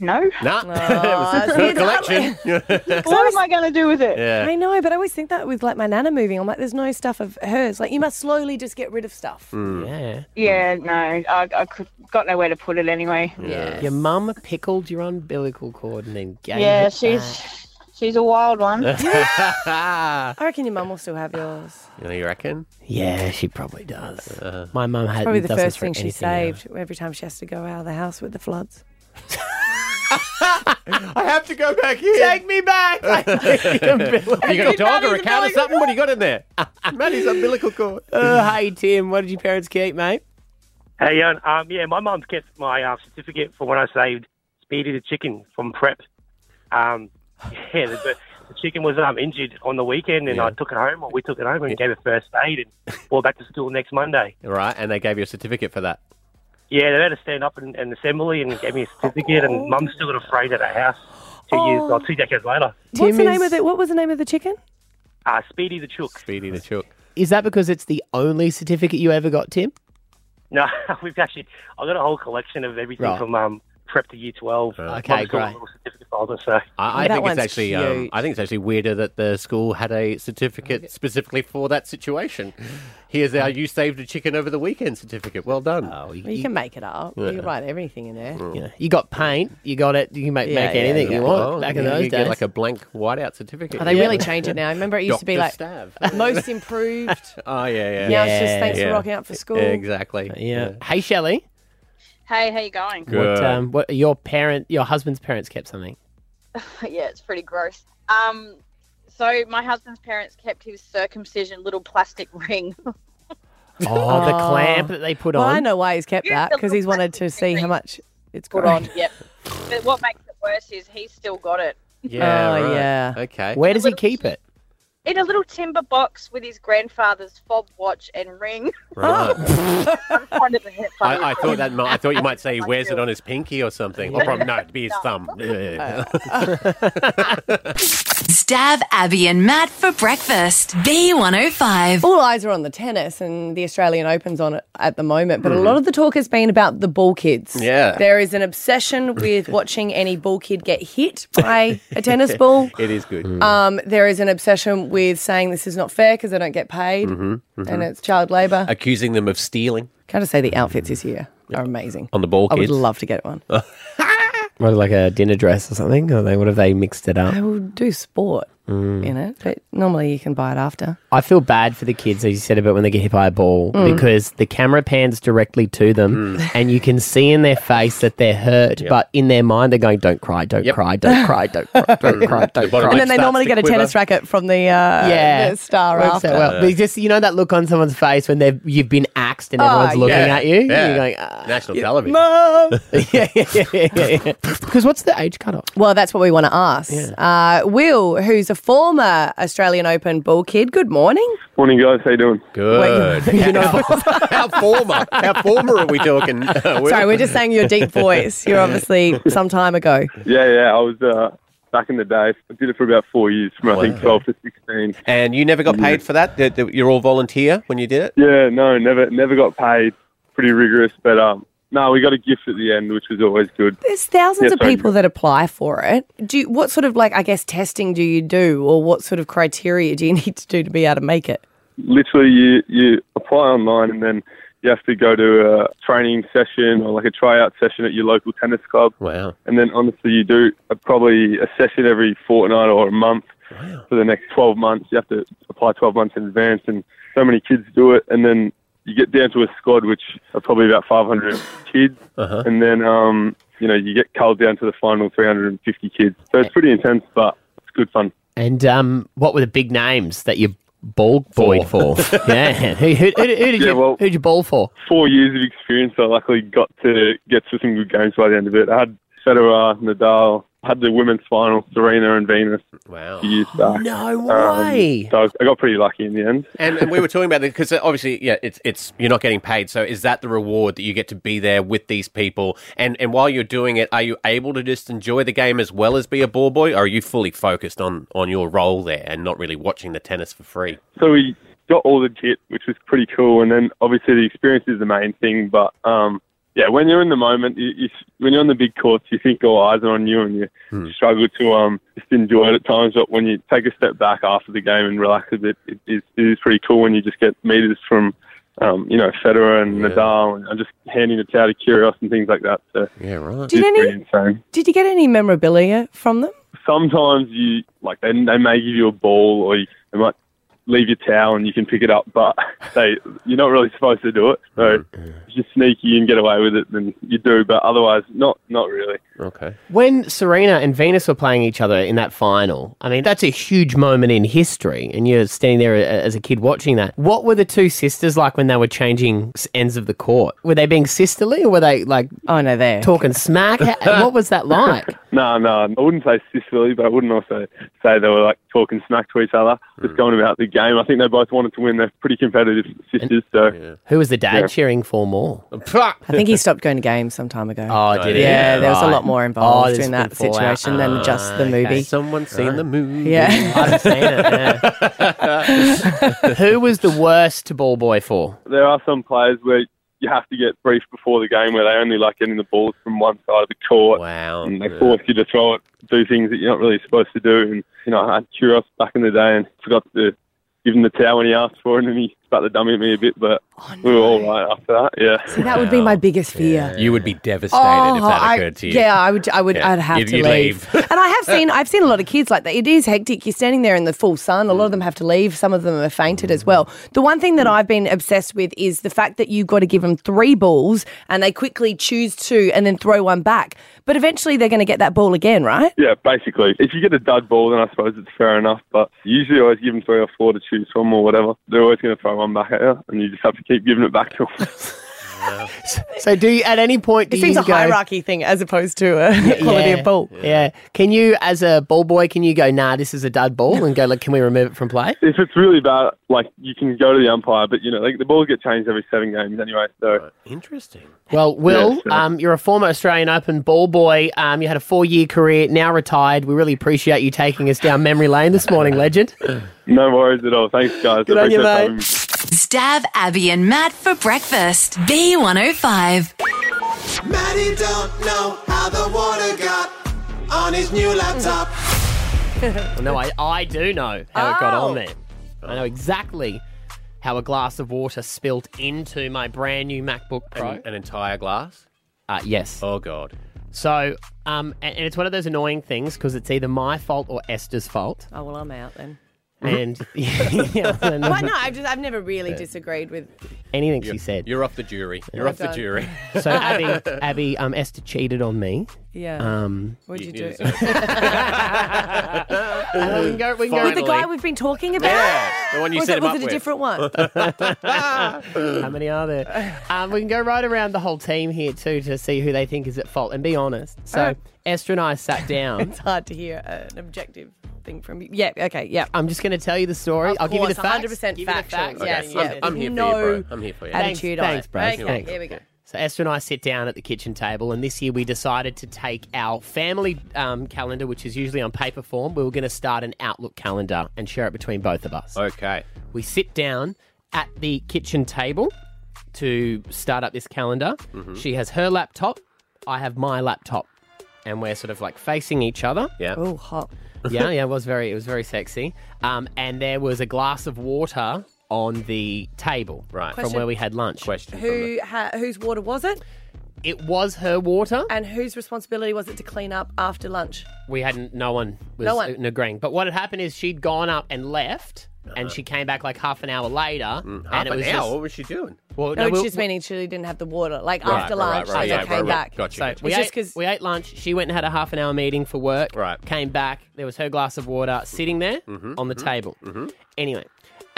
[SPEAKER 13] No.
[SPEAKER 3] Nah.
[SPEAKER 4] Aw,
[SPEAKER 3] it was
[SPEAKER 4] see,
[SPEAKER 3] her
[SPEAKER 4] it's not-
[SPEAKER 3] collection.
[SPEAKER 13] What am I going to do with it?
[SPEAKER 3] Yeah.
[SPEAKER 4] I know, but I always think that with like my nana moving, I'm like, there's no stuff of hers. Like, you must slowly just get rid of stuff.
[SPEAKER 2] Mm.
[SPEAKER 3] Mm.
[SPEAKER 2] Yeah.
[SPEAKER 13] Yeah, no, I, I could, got nowhere to put it anyway.
[SPEAKER 2] Your mum pickled your umbilical cord and then gave
[SPEAKER 13] Yeah,
[SPEAKER 2] it
[SPEAKER 13] she's she's a wild one.
[SPEAKER 3] back.
[SPEAKER 4] I reckon your mum will still have yours.
[SPEAKER 3] Ah. you, know, you reckon?
[SPEAKER 2] Yeah, she probably does.
[SPEAKER 3] Uh.
[SPEAKER 2] My mum had
[SPEAKER 4] Probably the
[SPEAKER 2] doesn't
[SPEAKER 4] first
[SPEAKER 2] throw
[SPEAKER 4] thing she
[SPEAKER 2] anything out.
[SPEAKER 4] saved every time she has to go out of the house with the floods.
[SPEAKER 3] I have to go back in. Take
[SPEAKER 4] me back.
[SPEAKER 3] you got a dog or a cat or something? What do you got in there? Maddie's umbilical cord.
[SPEAKER 2] Uh, hey Tim, what did your parents keep, mate?
[SPEAKER 14] Hey, Ian. Um, yeah, my mum's kept my uh, certificate for when I saved Speedy the chicken from prep. Um, yeah, the, the the chicken was um, injured on the weekend, and I took it home, or we took it home, and gave it first aid, and brought it back to school next Monday.
[SPEAKER 3] Right. And they gave you a certificate for that.
[SPEAKER 14] Yeah, they had to stand up in an assembly and gave me a certificate, and mum's still got a frame at her house two years, or two decades later.
[SPEAKER 4] What's the name of the, What was the name of the chicken?
[SPEAKER 14] Uh, Speedy the Chook.
[SPEAKER 3] Speedy the Chook.
[SPEAKER 2] Is that because it's the only certificate you ever got, Tim?
[SPEAKER 14] No, we've actually, I've got a whole collection of everything
[SPEAKER 2] Right.
[SPEAKER 14] from um, prep to year 12.
[SPEAKER 2] Okay,
[SPEAKER 14] Mum's got a
[SPEAKER 2] great.
[SPEAKER 14] little certificate folder, so.
[SPEAKER 3] I, I think it's actually, um, I think it's actually weirder that the school had a certificate specifically for that situation. Here's our "You saved a chicken over the weekend" certificate. Well done. Oh,
[SPEAKER 4] Well, you can make it up. You
[SPEAKER 3] Yeah.
[SPEAKER 4] can write everything in there.
[SPEAKER 3] Mm.
[SPEAKER 2] You, know, you got paint, you got it, you can make,
[SPEAKER 4] Yeah,
[SPEAKER 2] make
[SPEAKER 4] yeah,
[SPEAKER 2] anything
[SPEAKER 4] yeah.
[SPEAKER 2] you want
[SPEAKER 3] Oh,
[SPEAKER 2] back in
[SPEAKER 3] yeah,
[SPEAKER 2] those
[SPEAKER 3] you
[SPEAKER 2] days.
[SPEAKER 3] get like a blank whiteout certificate.
[SPEAKER 4] Oh, they really change it now. I remember it used to be
[SPEAKER 3] Dr.
[SPEAKER 4] like
[SPEAKER 3] Stav.
[SPEAKER 4] most improved.
[SPEAKER 3] Oh yeah, yeah.
[SPEAKER 4] Now it's just thanks for rocking up for school.
[SPEAKER 3] Exactly.
[SPEAKER 2] Yeah. Hey Shelley,
[SPEAKER 13] Hey, how you going?
[SPEAKER 2] what um, what your parent, your husband's parents kept something?
[SPEAKER 13] yeah, it's pretty gross. Um, so my husband's parents kept his circumcision little plastic ring.
[SPEAKER 2] Oh, the clamp that they put
[SPEAKER 4] Well,
[SPEAKER 2] on.
[SPEAKER 4] I know why he's kept
[SPEAKER 13] Yeah,
[SPEAKER 4] that because he's wanted to see how much it's
[SPEAKER 13] Put
[SPEAKER 4] grown.
[SPEAKER 13] on, yep. But what makes it worse is he's still got it
[SPEAKER 2] Yeah,
[SPEAKER 4] Oh,
[SPEAKER 2] right.
[SPEAKER 4] yeah.
[SPEAKER 3] Okay.
[SPEAKER 2] Where does he keep it?
[SPEAKER 13] in a little timber box with his grandfather's fob watch and ring.
[SPEAKER 3] Right.
[SPEAKER 13] Under the hip bone.
[SPEAKER 3] I, I thought that. Might, I thought you might say he wears it on his pinky or something. Or probably no, it'd be his thumb. Yeah.
[SPEAKER 4] Uh,
[SPEAKER 5] Stab Abby and Matt for breakfast. B105.
[SPEAKER 4] All eyes are on the tennis, and the Australian Open's on it at the moment. But a lot of the talk has been about the ball kids.
[SPEAKER 3] Mm-hmm. Yeah.
[SPEAKER 4] There is an obsession with watching any ball kid get hit by a tennis ball.
[SPEAKER 3] It is good.
[SPEAKER 2] Mm.
[SPEAKER 4] Um, there is an obsession with saying this is not fair because they don't get paid
[SPEAKER 3] Mhm, mhm.
[SPEAKER 4] and it's child labour.
[SPEAKER 3] accusing them of stealing.
[SPEAKER 4] Can I just say the outfits this year are amazing.
[SPEAKER 3] On the ball,
[SPEAKER 4] I would
[SPEAKER 3] kids. Uh.
[SPEAKER 4] love to get one.
[SPEAKER 2] What, like a dinner dress or something? Or they, what have they mixed it up?
[SPEAKER 4] I will do sport
[SPEAKER 2] Mm.
[SPEAKER 4] in it, but normally you can buy it after.
[SPEAKER 2] I feel bad for the kids, as you said about when they get hit by a ball,
[SPEAKER 4] Mm.
[SPEAKER 2] because the camera pans directly to them, and you can see in their face that they're hurt,
[SPEAKER 4] Yep.
[SPEAKER 2] but in their mind they're going, "Don't cry, don't cry, don't cry, don't cry, don't cry, don't cry."
[SPEAKER 4] and then they normally get a tennis racket from the uh,
[SPEAKER 2] Yeah.
[SPEAKER 4] the star
[SPEAKER 2] Works out
[SPEAKER 4] after.
[SPEAKER 2] well. But just you know that look on someone's face when they've you've been axed and
[SPEAKER 4] Oh,
[SPEAKER 2] everyone's looking
[SPEAKER 4] yeah.
[SPEAKER 2] at you.
[SPEAKER 4] Yeah.
[SPEAKER 2] You're going, ah,
[SPEAKER 3] National
[SPEAKER 2] yeah,
[SPEAKER 3] television.
[SPEAKER 4] Mom.
[SPEAKER 2] yeah, yeah, yeah, yeah, yeah. Because what's the age cutoff?
[SPEAKER 4] Well, that's what we want to ask. Uh, Will, who's a former Australian Open ball kid. Good morning.
[SPEAKER 15] Morning, guys. How you doing?
[SPEAKER 3] Good.
[SPEAKER 4] You know,
[SPEAKER 3] How former? How former are we talking?
[SPEAKER 4] sorry, we're just saying your deep voice. You're obviously some time ago.
[SPEAKER 15] Yeah, yeah. I was uh, back in the day. I did it for about four years, from I think twelve to sixteen.
[SPEAKER 3] And you never got paid for that? That- that You're all volunteer when you did it?
[SPEAKER 15] Yeah, no, never, never got paid. Pretty rigorous, but um, no, we got a gift at the end, which was always good.
[SPEAKER 4] There's thousands
[SPEAKER 15] Yeah,
[SPEAKER 4] of
[SPEAKER 15] sorry.
[SPEAKER 4] people that apply for it. Do you, what sort of like I guess testing do you do, or what sort of criteria do you need to do to be able to make it?
[SPEAKER 15] Literally, you you apply online, and then you have to go to a training session or like a tryout session at your local tennis club.
[SPEAKER 3] Wow.
[SPEAKER 15] And then honestly, you do a, probably a session every fortnight or a month for the next 12 months. You have to apply 12 months in advance, and so many kids do it. And then you get down to a squad, which are probably about 500 kids.
[SPEAKER 3] Uh-huh.
[SPEAKER 15] And then, um, you know, you get culled down to the final 350 kids. So it's pretty intense, but it's good fun.
[SPEAKER 2] And um, what were the big names that you ball boyed for? yeah, who, who, who, who did
[SPEAKER 15] Yeah,
[SPEAKER 2] you
[SPEAKER 15] well-
[SPEAKER 2] who did you ball for?
[SPEAKER 15] Four years of experience, I luckily got to get to some good games by the end of it. I had Federer, Nadal, I had the women's final, Serena and Venus.
[SPEAKER 3] Wow.
[SPEAKER 15] Years back.
[SPEAKER 2] No
[SPEAKER 3] way.
[SPEAKER 15] so I got pretty lucky in the end.
[SPEAKER 3] And, and we were talking about it because obviously, yeah, it's it's you're not getting paid. So is that the reward that you get to be there with these people? And and while you're doing it, are you able to just enjoy the game as well as be a ball boy? Or are you fully focused on on your role there and not really watching the tennis for free?
[SPEAKER 15] so we got all the kit, which was pretty cool. And then obviously the experience is the main thing. But um, yeah, when you're in the moment, you, you, when you're on the big courts, you think all eyes are on you, and you struggle to um, just enjoy it at times. But when you take a step back after the game and relax a bit, it is, it is pretty cool when you just get meters from. Um, you know, Federer and Nadal, and I'm just handing it out to Kyrgios and things like that. So
[SPEAKER 3] yeah, right.
[SPEAKER 4] Do you know any-
[SPEAKER 15] insane
[SPEAKER 4] Did you get any memorabilia from them?
[SPEAKER 15] sometimes you like they, they may give you a ball or you, they might leave your towel and you can pick it up, but they you're not really supposed to do it. So
[SPEAKER 16] Mm.
[SPEAKER 15] if you're sneaky and get away with it, then you do. But otherwise, not not really.
[SPEAKER 3] Okay.
[SPEAKER 2] When Serena and Venus were playing each other in that final, I mean that's a huge moment in history, and you're standing there a- as a kid watching that. What were the two sisters like when they were changing s- ends of the court? Were they being sisterly, or were they like
[SPEAKER 4] oh no, there
[SPEAKER 2] talking smack? Ha- what was that like?
[SPEAKER 15] No, no, I wouldn't say sisterly, but I wouldn't also say they were like talking smack to each other, just going about the game. I think they both wanted to win. They're pretty competitive sisters, so
[SPEAKER 2] Who was the dad
[SPEAKER 15] Yeah.
[SPEAKER 2] cheering for more?
[SPEAKER 4] I think he stopped going to games some time ago.
[SPEAKER 2] Oh, did he?
[SPEAKER 4] Yeah, there was a
[SPEAKER 2] Right.
[SPEAKER 4] lot more
[SPEAKER 2] Oh,
[SPEAKER 4] involved
[SPEAKER 2] there's
[SPEAKER 4] in that
[SPEAKER 2] been fallout.
[SPEAKER 4] situation than just the
[SPEAKER 2] Ah,
[SPEAKER 4] movie.
[SPEAKER 2] okay.
[SPEAKER 3] Someone's seen the movie.
[SPEAKER 4] Yeah.
[SPEAKER 2] I've seen it. yeah. Who was the worst ball boy for?
[SPEAKER 15] there are some players where you have to get briefed before the game where they only like getting the balls from one side of the court.
[SPEAKER 3] Wow.
[SPEAKER 15] And they force you to throw it, do things that you're not really supposed to do. And, you know, I had Kuros back in the day and forgot to give him the towel when he asked for it and he spat the dummy at me a bit, but
[SPEAKER 2] Oh,
[SPEAKER 15] we were all right after that, yeah.
[SPEAKER 4] See, that would be my biggest fear.
[SPEAKER 3] You would be devastated if
[SPEAKER 4] Oh,
[SPEAKER 3] that
[SPEAKER 4] I-
[SPEAKER 3] occurred to you.
[SPEAKER 4] Yeah, I would. I would.
[SPEAKER 3] Yeah,
[SPEAKER 4] I'd have
[SPEAKER 3] you'd-
[SPEAKER 4] to
[SPEAKER 3] you'd
[SPEAKER 4] leave.
[SPEAKER 3] leave.
[SPEAKER 4] and I have seen. I've seen a lot of kids like that. It is hectic. You're standing there in the full sun. A lot of
[SPEAKER 2] Mm.
[SPEAKER 4] them have to leave. Some of them are fainted as well. The one thing that I've been obsessed with is the fact that you've got to give them three balls, and they quickly choose two, and then throw one back. But eventually, they're going to get that ball again, right?
[SPEAKER 15] Yeah, basically. If you get a dud ball, then I suppose it's fair enough, but you usually always give them three or four to choose from or whatever. They're always going to throw one back at you, and you just have to keep giving it back to them.
[SPEAKER 2] So, do you, at any point do
[SPEAKER 4] It
[SPEAKER 2] you
[SPEAKER 4] seems a
[SPEAKER 2] go,
[SPEAKER 4] hierarchy thing as opposed to a quality
[SPEAKER 2] Yeah,
[SPEAKER 4] of ball.
[SPEAKER 2] Yeah. Can you, as a ball boy, can you go? Nah, this is a dud ball, and go. Like, can we remove it from play?
[SPEAKER 15] if it's really bad, like you can go to the umpire, but you know, like the balls get changed every seven games anyway. So
[SPEAKER 3] interesting.
[SPEAKER 2] Well, Will,
[SPEAKER 15] Yeah, sure.
[SPEAKER 2] um, you're a former Australian Open ball boy. Um, you had a four-year career, now retired. We really appreciate you taking us down memory lane this morning, legend.
[SPEAKER 15] No worries at all. Thanks, guys.
[SPEAKER 2] Good on you,
[SPEAKER 15] Appreciate
[SPEAKER 2] mate.
[SPEAKER 15] having me.
[SPEAKER 5] Stab Abby and Matt for breakfast. B105.
[SPEAKER 1] Maddie don't know how the water got on his new laptop.
[SPEAKER 2] Well, no, I, I do know how it got on there. I know exactly how a glass of water spilt into my brand new MacBook Pro.
[SPEAKER 3] An, an entire glass?
[SPEAKER 2] Uh, yes.
[SPEAKER 3] Oh, God.
[SPEAKER 2] So, um, and, and it's one of those annoying things because it's either my fault or Esther's fault.
[SPEAKER 4] Oh well, I'm out then.
[SPEAKER 2] And yeah, I don't know
[SPEAKER 4] But no, I've just I've never really
[SPEAKER 2] Yeah.
[SPEAKER 4] disagreed with.
[SPEAKER 2] anything she said.
[SPEAKER 3] You're off the jury. You're
[SPEAKER 4] Well
[SPEAKER 3] off the
[SPEAKER 4] done.
[SPEAKER 3] jury.
[SPEAKER 2] So Abby, Abby, um, Esther cheated on me.
[SPEAKER 4] Yeah.
[SPEAKER 2] Um,
[SPEAKER 4] What'd you, do?
[SPEAKER 2] Uh, we can go- we can go-
[SPEAKER 4] With the guy we've been talking about.
[SPEAKER 2] Yeah, the one you
[SPEAKER 4] was
[SPEAKER 2] set him
[SPEAKER 4] it, was
[SPEAKER 2] up
[SPEAKER 4] it a
[SPEAKER 2] with.
[SPEAKER 4] different one?
[SPEAKER 2] How many are there? Um, we can go right around the whole team here too to see who they think is at fault and be honest. So
[SPEAKER 4] Alright.
[SPEAKER 2] Esther and I sat down.
[SPEAKER 4] it's hard to hear an objective thing from you. Yeah. Okay. Yeah.
[SPEAKER 2] I'm just going to tell you the story. I'll give you the facts.
[SPEAKER 4] 100%
[SPEAKER 2] Give you the
[SPEAKER 4] factual.
[SPEAKER 2] facts.
[SPEAKER 4] Yeah,
[SPEAKER 2] Okay.
[SPEAKER 4] yeah.
[SPEAKER 2] I'm- I'm here for you,
[SPEAKER 4] no
[SPEAKER 2] bro. I'm here for you.
[SPEAKER 4] Attitude
[SPEAKER 2] Thanks-
[SPEAKER 4] on
[SPEAKER 2] thanks, bro.
[SPEAKER 4] it. Okay,
[SPEAKER 2] Thanks.
[SPEAKER 4] here we go.
[SPEAKER 2] So Esther and I sit down at the kitchen table, and this year we decided to take our family um, calendar, which is usually on paper form. We were going to start an Outlook calendar and share it between both of us.
[SPEAKER 3] Okay.
[SPEAKER 2] We sit down at the kitchen table to start up this calendar. She has her laptop. I have my laptop, and we're sort of like facing each other.
[SPEAKER 3] Yeah.
[SPEAKER 4] Oh, hot.
[SPEAKER 2] yeah, yeah, it was very, it was very sexy. Um, and there was a glass of water on the table, right, from
[SPEAKER 4] Question.
[SPEAKER 2] where we had lunch. Question.
[SPEAKER 4] Who ha- whose water was it?
[SPEAKER 2] It was her water.
[SPEAKER 4] And whose responsibility was it to clean up after lunch?
[SPEAKER 2] we hadn't no one was
[SPEAKER 4] No one.
[SPEAKER 2] agreeing. But what had happened is she'd gone up and left, and she came back like half an hour later. Uh-huh. and
[SPEAKER 3] Mm, half
[SPEAKER 2] it
[SPEAKER 3] an
[SPEAKER 2] was
[SPEAKER 3] hour?
[SPEAKER 2] Just,
[SPEAKER 3] What was she doing?
[SPEAKER 2] Well,
[SPEAKER 4] no,
[SPEAKER 2] no,
[SPEAKER 4] it's
[SPEAKER 2] we-
[SPEAKER 4] just
[SPEAKER 2] we-
[SPEAKER 4] meaning she didn't have the water. Like
[SPEAKER 2] Right,
[SPEAKER 4] after
[SPEAKER 2] right,
[SPEAKER 4] lunch,
[SPEAKER 2] right,
[SPEAKER 4] and
[SPEAKER 2] yeah,
[SPEAKER 4] then came
[SPEAKER 2] right, right.
[SPEAKER 4] back.
[SPEAKER 2] Gotcha, So gotcha. we
[SPEAKER 4] It's
[SPEAKER 2] ate-
[SPEAKER 4] just because
[SPEAKER 2] we ate lunch. She went and had a half an hour meeting for work. Right. Came back. There was her glass of water sitting there on the table. Anyway,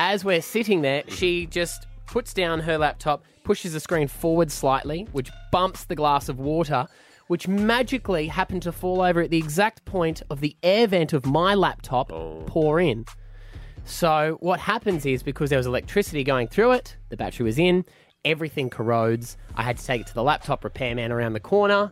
[SPEAKER 2] as we're sitting there, she just puts down her laptop, pushes the screen forward slightly, which bumps the glass of water, which magically happened to fall over at the exact point of the air vent of my laptop pour in. So what happens is because there was electricity going through it, the battery was in, everything corrodes. I had to take it to the laptop repairman around the corner.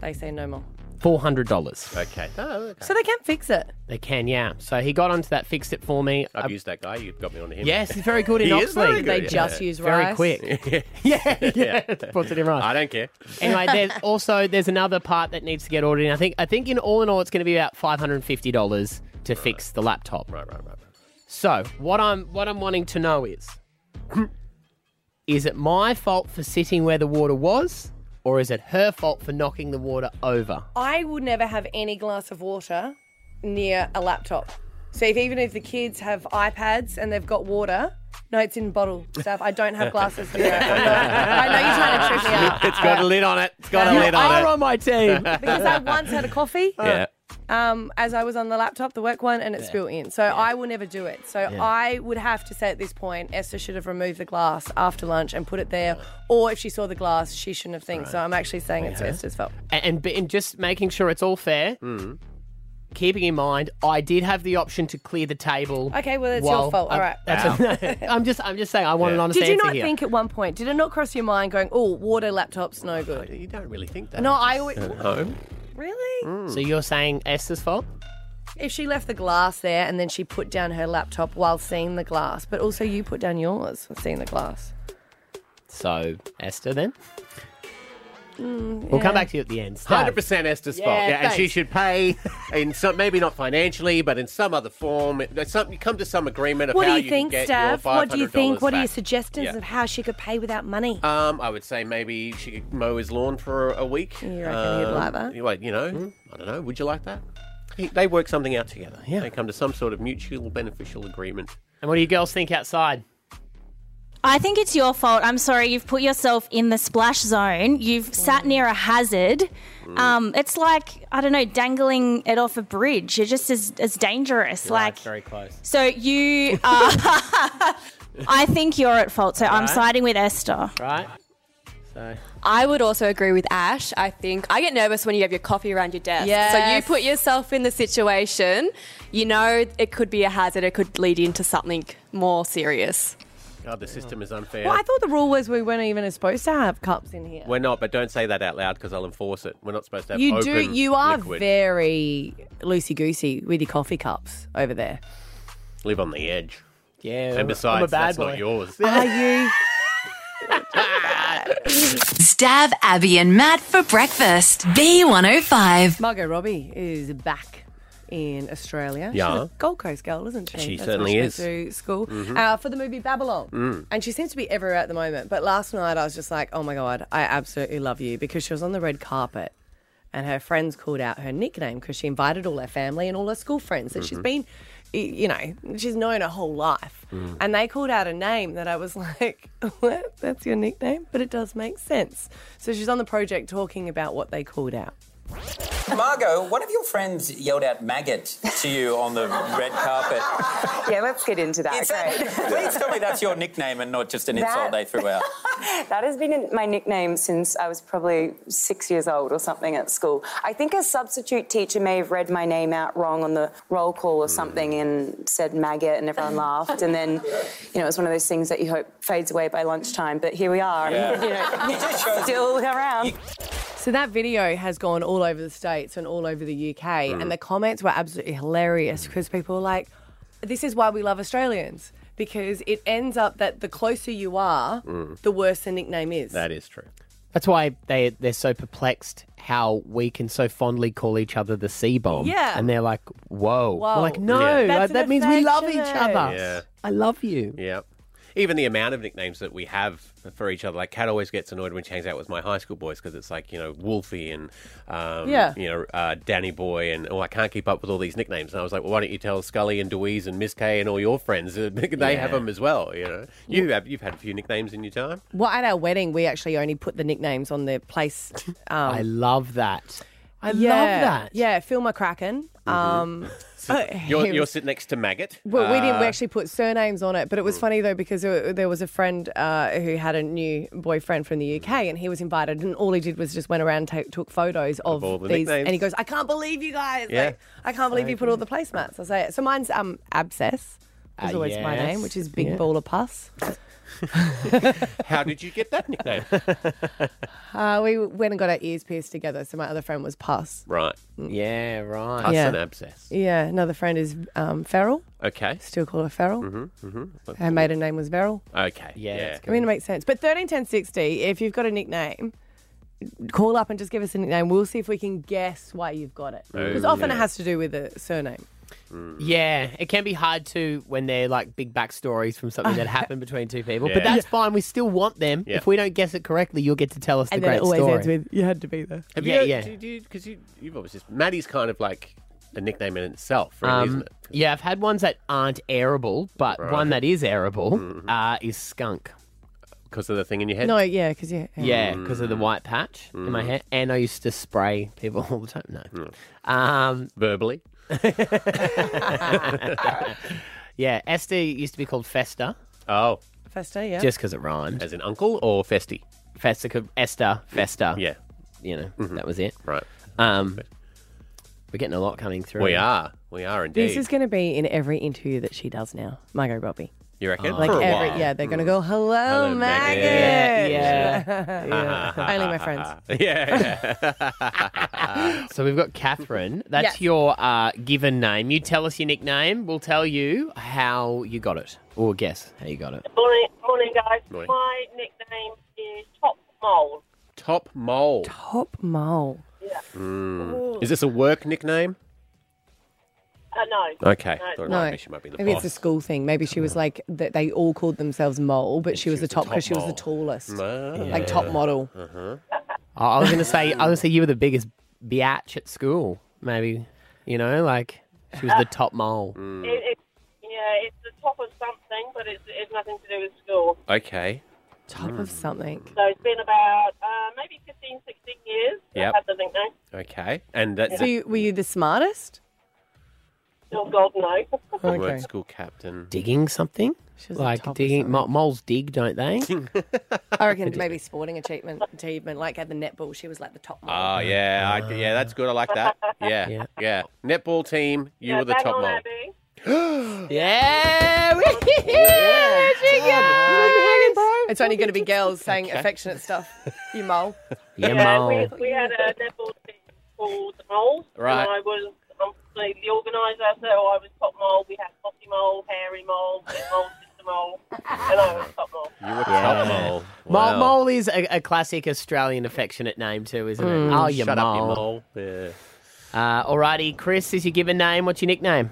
[SPEAKER 4] They say no more.
[SPEAKER 2] Four hundred dollars. Okay.
[SPEAKER 4] Oh, So they can fix it.
[SPEAKER 2] They can, yeah. So he got onto that, fixed it for me. Uh,
[SPEAKER 3] I've used that guy. You got me onto him.
[SPEAKER 2] Yes, he's very good in
[SPEAKER 3] He is
[SPEAKER 2] Oxley.
[SPEAKER 3] very good,
[SPEAKER 4] They just use
[SPEAKER 2] very
[SPEAKER 4] rice.
[SPEAKER 2] quick. yeah, yeah, Puts it in rice.
[SPEAKER 3] I don't care.
[SPEAKER 2] Anyway, there's also there's another part that needs to get ordered in. I think I think in all in all it's going to be about five hundred and fifty dollars to fix the laptop. Right, right, right, right. So what I'm what I'm wanting to know is, is it my fault for sitting where the water was, or is it her fault for knocking the water over?
[SPEAKER 4] I will never have any glass of water near a laptop. So if, even if the kids have iPads and they've got water, no, it's in bottle stuff. I don't have glasses near it. I'm not- I know you're trying to trick me up.
[SPEAKER 3] It's got a lid on it. It's got a
[SPEAKER 2] You
[SPEAKER 3] lid on
[SPEAKER 2] are
[SPEAKER 3] it.
[SPEAKER 2] on my team.
[SPEAKER 4] Because I once had a coffee.
[SPEAKER 3] Yeah.
[SPEAKER 4] um, as I was on the laptop, the work one, and it
[SPEAKER 2] Yeah.
[SPEAKER 4] spilled in. So I will never do it. So
[SPEAKER 2] Yeah.
[SPEAKER 4] I would have to say at this point, Esther should have removed the glass after lunch and put it there. Or if she saw the glass, she shouldn't have thing. So I'm actually saying it's
[SPEAKER 2] Yeah.
[SPEAKER 4] Esther's fault.
[SPEAKER 2] and, and, b- and just making sure it's all fair.
[SPEAKER 3] Mm.
[SPEAKER 2] Keeping in mind, I did have the option to clear the table.
[SPEAKER 4] Okay, well, it's
[SPEAKER 2] while-
[SPEAKER 4] your fault.
[SPEAKER 2] I-
[SPEAKER 4] All right.
[SPEAKER 2] that's I'm just, I'm just saying. I want an honest
[SPEAKER 4] Did you
[SPEAKER 2] answer
[SPEAKER 4] not
[SPEAKER 2] here.
[SPEAKER 4] think at one point? Did it not cross your mind going, "Oh, water laptops, no good"?
[SPEAKER 3] You don't really think Hmm.
[SPEAKER 4] No, I always.
[SPEAKER 3] No.
[SPEAKER 4] Really?
[SPEAKER 2] So you're saying Esther's fault?
[SPEAKER 4] If she left the glass there and then she put down her laptop while seeing the glass, but also you put down yours while seeing the glass.
[SPEAKER 2] So Esther, then
[SPEAKER 4] Mm,
[SPEAKER 2] we'll come
[SPEAKER 4] yeah.
[SPEAKER 2] back to you at the end.
[SPEAKER 3] Hundred percent Esther's
[SPEAKER 2] Yeah,
[SPEAKER 3] fault. Yeah, and she
[SPEAKER 2] thanks.
[SPEAKER 3] should pay in some, maybe not financially, but in some other form. It- Some, you come to some agreement of
[SPEAKER 4] What
[SPEAKER 3] how
[SPEAKER 4] do you
[SPEAKER 3] you
[SPEAKER 4] think,
[SPEAKER 3] can get
[SPEAKER 4] Stav?
[SPEAKER 3] your
[SPEAKER 4] What do you think?
[SPEAKER 3] $500
[SPEAKER 4] What are your
[SPEAKER 3] back.
[SPEAKER 4] suggestions
[SPEAKER 3] Yeah.
[SPEAKER 4] of how she could pay without money?
[SPEAKER 3] Um, I would say maybe she could mow his lawn for a week. You
[SPEAKER 4] reckon he'd like that?
[SPEAKER 3] Well, you know,
[SPEAKER 2] Hmm?
[SPEAKER 3] I don't know. Would you like that? He- They work something out together.
[SPEAKER 2] Yeah.
[SPEAKER 3] They come to some sort of mutual beneficial agreement.
[SPEAKER 2] And what do you girls think outside?
[SPEAKER 17] I think it's your fault. I'm sorry. You've put yourself in the splash zone. You've sat near a hazard.
[SPEAKER 16] Mm.
[SPEAKER 17] Um, it's like I don't know, dangling it off a bridge. You're just as, as dangerous. like
[SPEAKER 2] very close.
[SPEAKER 17] so, you. Are,
[SPEAKER 4] uh,
[SPEAKER 17] I think you're at fault. So I'm
[SPEAKER 18] Right.
[SPEAKER 17] siding with Esther.
[SPEAKER 2] Right. So.
[SPEAKER 18] I would also agree with Ash. I think I get nervous when you have your coffee around your desk. So you
[SPEAKER 4] Yes.
[SPEAKER 18] put yourself in the situation. You know it could be a hazard. It could lead into something more serious.
[SPEAKER 3] God, the system is unfair.
[SPEAKER 4] Well, I thought the rule was we weren't even supposed to have cups in here.
[SPEAKER 3] We're not, but don't say that out loud because I'll enforce it. We're not supposed to have
[SPEAKER 4] You do.
[SPEAKER 3] open
[SPEAKER 4] You are
[SPEAKER 3] liquid.
[SPEAKER 4] very loosey goosey with your coffee cups over there.
[SPEAKER 3] Live on the edge.
[SPEAKER 2] Yeah.
[SPEAKER 3] And besides, that's not yours.
[SPEAKER 4] Are you?
[SPEAKER 5] Stab oh Abby and Matt for breakfast. B105.
[SPEAKER 4] Margot Robbie is back in Australia.
[SPEAKER 3] Yeah.
[SPEAKER 4] She's a Gold Coast girl, isn't she?
[SPEAKER 3] She
[SPEAKER 4] That's
[SPEAKER 3] certainly
[SPEAKER 4] where
[SPEAKER 3] is.
[SPEAKER 4] she went to school
[SPEAKER 3] Mhm.
[SPEAKER 4] uh, for the movie Babylon.
[SPEAKER 3] Mm.
[SPEAKER 4] And she seems to be everywhere at the moment. But last night I was just like, oh my God, I absolutely love you because she was on the red carpet and her friends called out her nickname because she invited all her family and all her school friends that
[SPEAKER 3] Mm-hmm.
[SPEAKER 4] she's
[SPEAKER 19] Mhm.
[SPEAKER 4] been, y- you know, she's known her whole life.
[SPEAKER 19] Mm.
[SPEAKER 4] And they called out a name that I was like, what? That's your nickname? But it does make sense. So she's on the project talking about what they called out.
[SPEAKER 20] Margot, one of your friends yelled out maggot to you on the red carpet.
[SPEAKER 21] Yeah, let's get into that.
[SPEAKER 20] Is that- Please tell me that's your nickname and not just an
[SPEAKER 21] That-
[SPEAKER 20] insult they threw out.
[SPEAKER 21] that has been my nickname since I was probably six years old or something at school. I think a substitute teacher may have read my name out wrong on the roll call or something and said maggot, and everyone laughed. And then, you know, it was one of those things that you hope fades away by lunchtime. But here we are,
[SPEAKER 4] Yeah.
[SPEAKER 21] you know, still around.
[SPEAKER 4] So that video has gone all over the States and all over the UK,
[SPEAKER 2] Mm.
[SPEAKER 4] and the comments were absolutely hilarious because people were like, this is why we love Australians. Because it ends up that the closer you are,
[SPEAKER 2] Mm.
[SPEAKER 4] the worse the nickname is.
[SPEAKER 2] That
[SPEAKER 3] is true.
[SPEAKER 2] That's why they they're so perplexed how we can so fondly call each other the C bomb.
[SPEAKER 4] Yeah.
[SPEAKER 2] and they're like, "Whoa!" We're
[SPEAKER 4] Whoa.
[SPEAKER 2] like, "No,
[SPEAKER 4] Yeah.
[SPEAKER 2] like,
[SPEAKER 4] That's an
[SPEAKER 2] that means we love each
[SPEAKER 4] affectionate.
[SPEAKER 2] other."
[SPEAKER 3] Yeah.
[SPEAKER 2] I love you.
[SPEAKER 3] Yeah. Even the amount of nicknames that we have for each other, like Kat always gets annoyed when she hangs out with my high school boys because it's like you know Wolfie and um,
[SPEAKER 11] Yeah.
[SPEAKER 3] you know uh, Danny Boy and oh I can't keep up with all these nicknames and I was like well why don't you tell Scully and Deweese and Miss K and all your friends Uh, they have
[SPEAKER 2] Yeah.
[SPEAKER 3] them as well you know you have you've had a few nicknames in your time
[SPEAKER 4] Well, at our wedding, we actually only put the nicknames on the place. Um,
[SPEAKER 2] I love that. I
[SPEAKER 4] yeah,
[SPEAKER 2] love that. Mm-hmm.
[SPEAKER 4] Yeah, Phil McCracken. Um,
[SPEAKER 3] you're, you're sitting next to Maggot
[SPEAKER 4] Well, we didn't. We
[SPEAKER 3] Uh, Hmm.
[SPEAKER 4] actually put surnames on it, but it was funny though because there there was a friend uh, who had a new boyfriend from the UK,
[SPEAKER 3] Hmm.
[SPEAKER 4] and he was invited, and all he did was just went around and ta- took photos of,
[SPEAKER 3] all the
[SPEAKER 4] these,
[SPEAKER 3] nicknames.
[SPEAKER 4] and he goes, "I can't believe you guys!
[SPEAKER 3] Yeah.
[SPEAKER 4] Like, I can't believe you put all the placemats." I say, "So mine's um abscess." Is
[SPEAKER 3] Ah,
[SPEAKER 4] always my
[SPEAKER 3] yes.
[SPEAKER 4] name, which is Big
[SPEAKER 3] Yeah.
[SPEAKER 4] Ball of Pus.
[SPEAKER 3] how did you get that nickname
[SPEAKER 4] Uh, we went and got our ears pierced together, so my other friend was Pus.
[SPEAKER 3] right
[SPEAKER 2] yeah right
[SPEAKER 3] Pus
[SPEAKER 4] Yeah.
[SPEAKER 3] and abscess
[SPEAKER 4] Yeah, another friend is um, Feral.
[SPEAKER 3] okay
[SPEAKER 4] Still call her Feral.
[SPEAKER 3] mm-hmm, mm-hmm.
[SPEAKER 4] Her maiden name was Beryl.
[SPEAKER 3] okay yeah,
[SPEAKER 4] I mean, it makes sense. But 13, 10, 60, if you've got a nickname, call up and just give us a nickname. We'll see if we can guess why you've got it. Because
[SPEAKER 2] Oh,
[SPEAKER 4] often it
[SPEAKER 2] yeah.
[SPEAKER 4] has to do with a surname.
[SPEAKER 2] Uh, Yeah, it can be hard to when they're like big backstories from something that happened between two people,
[SPEAKER 4] Yeah.
[SPEAKER 2] but that's fine. We still want them.
[SPEAKER 3] Yeah.
[SPEAKER 2] If we don't guess it correctly, you'll get to tell us
[SPEAKER 4] And
[SPEAKER 2] the
[SPEAKER 4] then
[SPEAKER 2] great
[SPEAKER 4] it always
[SPEAKER 2] story.
[SPEAKER 4] ends with, you had to be there.
[SPEAKER 3] Have
[SPEAKER 2] Yeah,
[SPEAKER 3] you,
[SPEAKER 2] yeah.
[SPEAKER 3] Do, do, cause you, you've obviously, Maddie's kind of like a nickname in itself, really, isn't
[SPEAKER 2] Um,
[SPEAKER 3] it?
[SPEAKER 2] yeah, I've had ones that aren't airable, but
[SPEAKER 3] Right. Mm-hmm.
[SPEAKER 2] one that is airable uh, is skunk.
[SPEAKER 3] Because of the thing in your head?
[SPEAKER 4] No, yeah, because yeah.
[SPEAKER 2] Yeah, because of
[SPEAKER 3] Mm-hmm.
[SPEAKER 2] the white patch in my
[SPEAKER 3] Mhm.
[SPEAKER 2] hair. And I used to spray people all the time. No. Um,
[SPEAKER 3] Verbally.
[SPEAKER 2] yeah, Esty used to be called Festa.
[SPEAKER 3] Oh.
[SPEAKER 4] Festa, yeah.
[SPEAKER 2] Just because it rhymed.
[SPEAKER 3] As in uncle or festy?
[SPEAKER 2] Festa, could- Esther, Festa.
[SPEAKER 3] Yeah. Mm-hmm.
[SPEAKER 2] You know, that was it.
[SPEAKER 3] Right.
[SPEAKER 2] Um, we're getting a lot coming through.
[SPEAKER 3] We are. We are indeed.
[SPEAKER 4] This is going to be in every interview that she does now, Margot Robbie.
[SPEAKER 3] You reckon?
[SPEAKER 4] Like
[SPEAKER 3] For a
[SPEAKER 4] every,
[SPEAKER 3] while.
[SPEAKER 4] yeah, they're going to go, hello,
[SPEAKER 3] Hello,
[SPEAKER 4] maggot.
[SPEAKER 3] maggot. Yeah,
[SPEAKER 4] Yeah. Yeah. Only my friends.
[SPEAKER 3] Yeah. yeah.
[SPEAKER 2] So we've got Catherine. That's
[SPEAKER 4] Yes.
[SPEAKER 2] your uh, given name. You tell us your nickname. We'll tell you how you got it, or guess how you got it.
[SPEAKER 16] Morning, morning guys.
[SPEAKER 2] Morning.
[SPEAKER 16] My nickname is Top Mole.
[SPEAKER 3] Top mole.
[SPEAKER 4] Top mole.
[SPEAKER 16] Yeah.
[SPEAKER 3] Mm.
[SPEAKER 16] Ooh.
[SPEAKER 3] Is this a work nickname?
[SPEAKER 16] Uh, no.
[SPEAKER 3] Okay. Thought it might be- she might be the
[SPEAKER 4] maybe
[SPEAKER 3] boss.
[SPEAKER 4] it's a school thing. Maybe she was like that. They all called themselves Mole, but she, was the top
[SPEAKER 3] top
[SPEAKER 4] because she was the
[SPEAKER 3] mole.
[SPEAKER 4] tallest,
[SPEAKER 3] Ah.
[SPEAKER 4] like top model.
[SPEAKER 3] Uh-huh.
[SPEAKER 2] I I was going to say, I was going to say you were the biggest biatch at school. Maybe, you know, like she was the top mole.
[SPEAKER 16] It, it, yeah, it's the top of something, but it's, it's nothing to do with school.
[SPEAKER 3] Okay.
[SPEAKER 4] Top of something.
[SPEAKER 16] So it's been about uh, maybe 15, 16 years.
[SPEAKER 3] Yep.
[SPEAKER 16] I've had the nickname.
[SPEAKER 3] Okay. And that's
[SPEAKER 4] So you, were you the smartest?
[SPEAKER 16] Still gold, no.
[SPEAKER 3] You weren't school captain.
[SPEAKER 2] Digging something,
[SPEAKER 4] she was the
[SPEAKER 2] like
[SPEAKER 4] top of
[SPEAKER 2] digging. Mo- moles dig, don't they?
[SPEAKER 4] I reckon maybe sporting achievement, achievement like at the netball, she was like the top model.
[SPEAKER 3] Oh yeah, I,
[SPEAKER 4] Ah.
[SPEAKER 3] yeah, that's good. I like that. Yeah, yeah. Netball team, you were the
[SPEAKER 16] bang
[SPEAKER 3] top
[SPEAKER 16] on,
[SPEAKER 3] mole.
[SPEAKER 16] Abby.
[SPEAKER 2] yeah, we
[SPEAKER 4] It's only going to be girls saying affectionate stuff. You mole.
[SPEAKER 2] Yeah,
[SPEAKER 16] We,
[SPEAKER 2] mole.
[SPEAKER 16] we had a netball team called the Moles.
[SPEAKER 2] Right.
[SPEAKER 16] And I was um, the, the organiser, so I was top mole. We had Mossy Mole, Hairy Mole, Big Mole, Sister Mole, and I was top mole.
[SPEAKER 3] You were
[SPEAKER 2] Yeah.
[SPEAKER 3] top mole.
[SPEAKER 2] Mole,
[SPEAKER 3] Wow.
[SPEAKER 2] mole is a, a classic Australian affectionate name too, isn't it?
[SPEAKER 3] Mm.
[SPEAKER 2] Oh, you
[SPEAKER 3] Shut
[SPEAKER 2] mole.
[SPEAKER 3] up, you mole. Yeah.
[SPEAKER 2] Uh, alrighty, Chris is your given name. What's your nickname?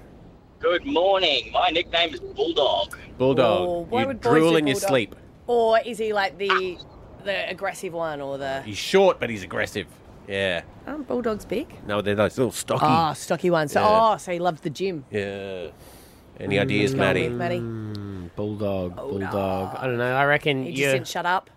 [SPEAKER 19] Good morning. My nickname is Bulldog.
[SPEAKER 2] Bulldog.
[SPEAKER 4] Oh,
[SPEAKER 2] You
[SPEAKER 4] would boys
[SPEAKER 2] drool
[SPEAKER 4] do
[SPEAKER 2] in your
[SPEAKER 4] bulldog?
[SPEAKER 2] sleep.
[SPEAKER 4] Or is he like the the aggressive one or the
[SPEAKER 3] He's short, but he's aggressive. Yeah.
[SPEAKER 4] aren't bulldogs big?
[SPEAKER 3] No, they're those little stocky.
[SPEAKER 4] Ah, stocky one. So
[SPEAKER 3] Yeah.
[SPEAKER 4] oh, so he loved the gym.
[SPEAKER 3] Yeah. Any
[SPEAKER 2] Mm,
[SPEAKER 3] ideas,
[SPEAKER 4] Go
[SPEAKER 3] Maddie?
[SPEAKER 4] with Maddie. Mm.
[SPEAKER 2] Bulldog, bulldog. I don't know. I reckon
[SPEAKER 4] He just
[SPEAKER 2] you.
[SPEAKER 4] didn't shut up.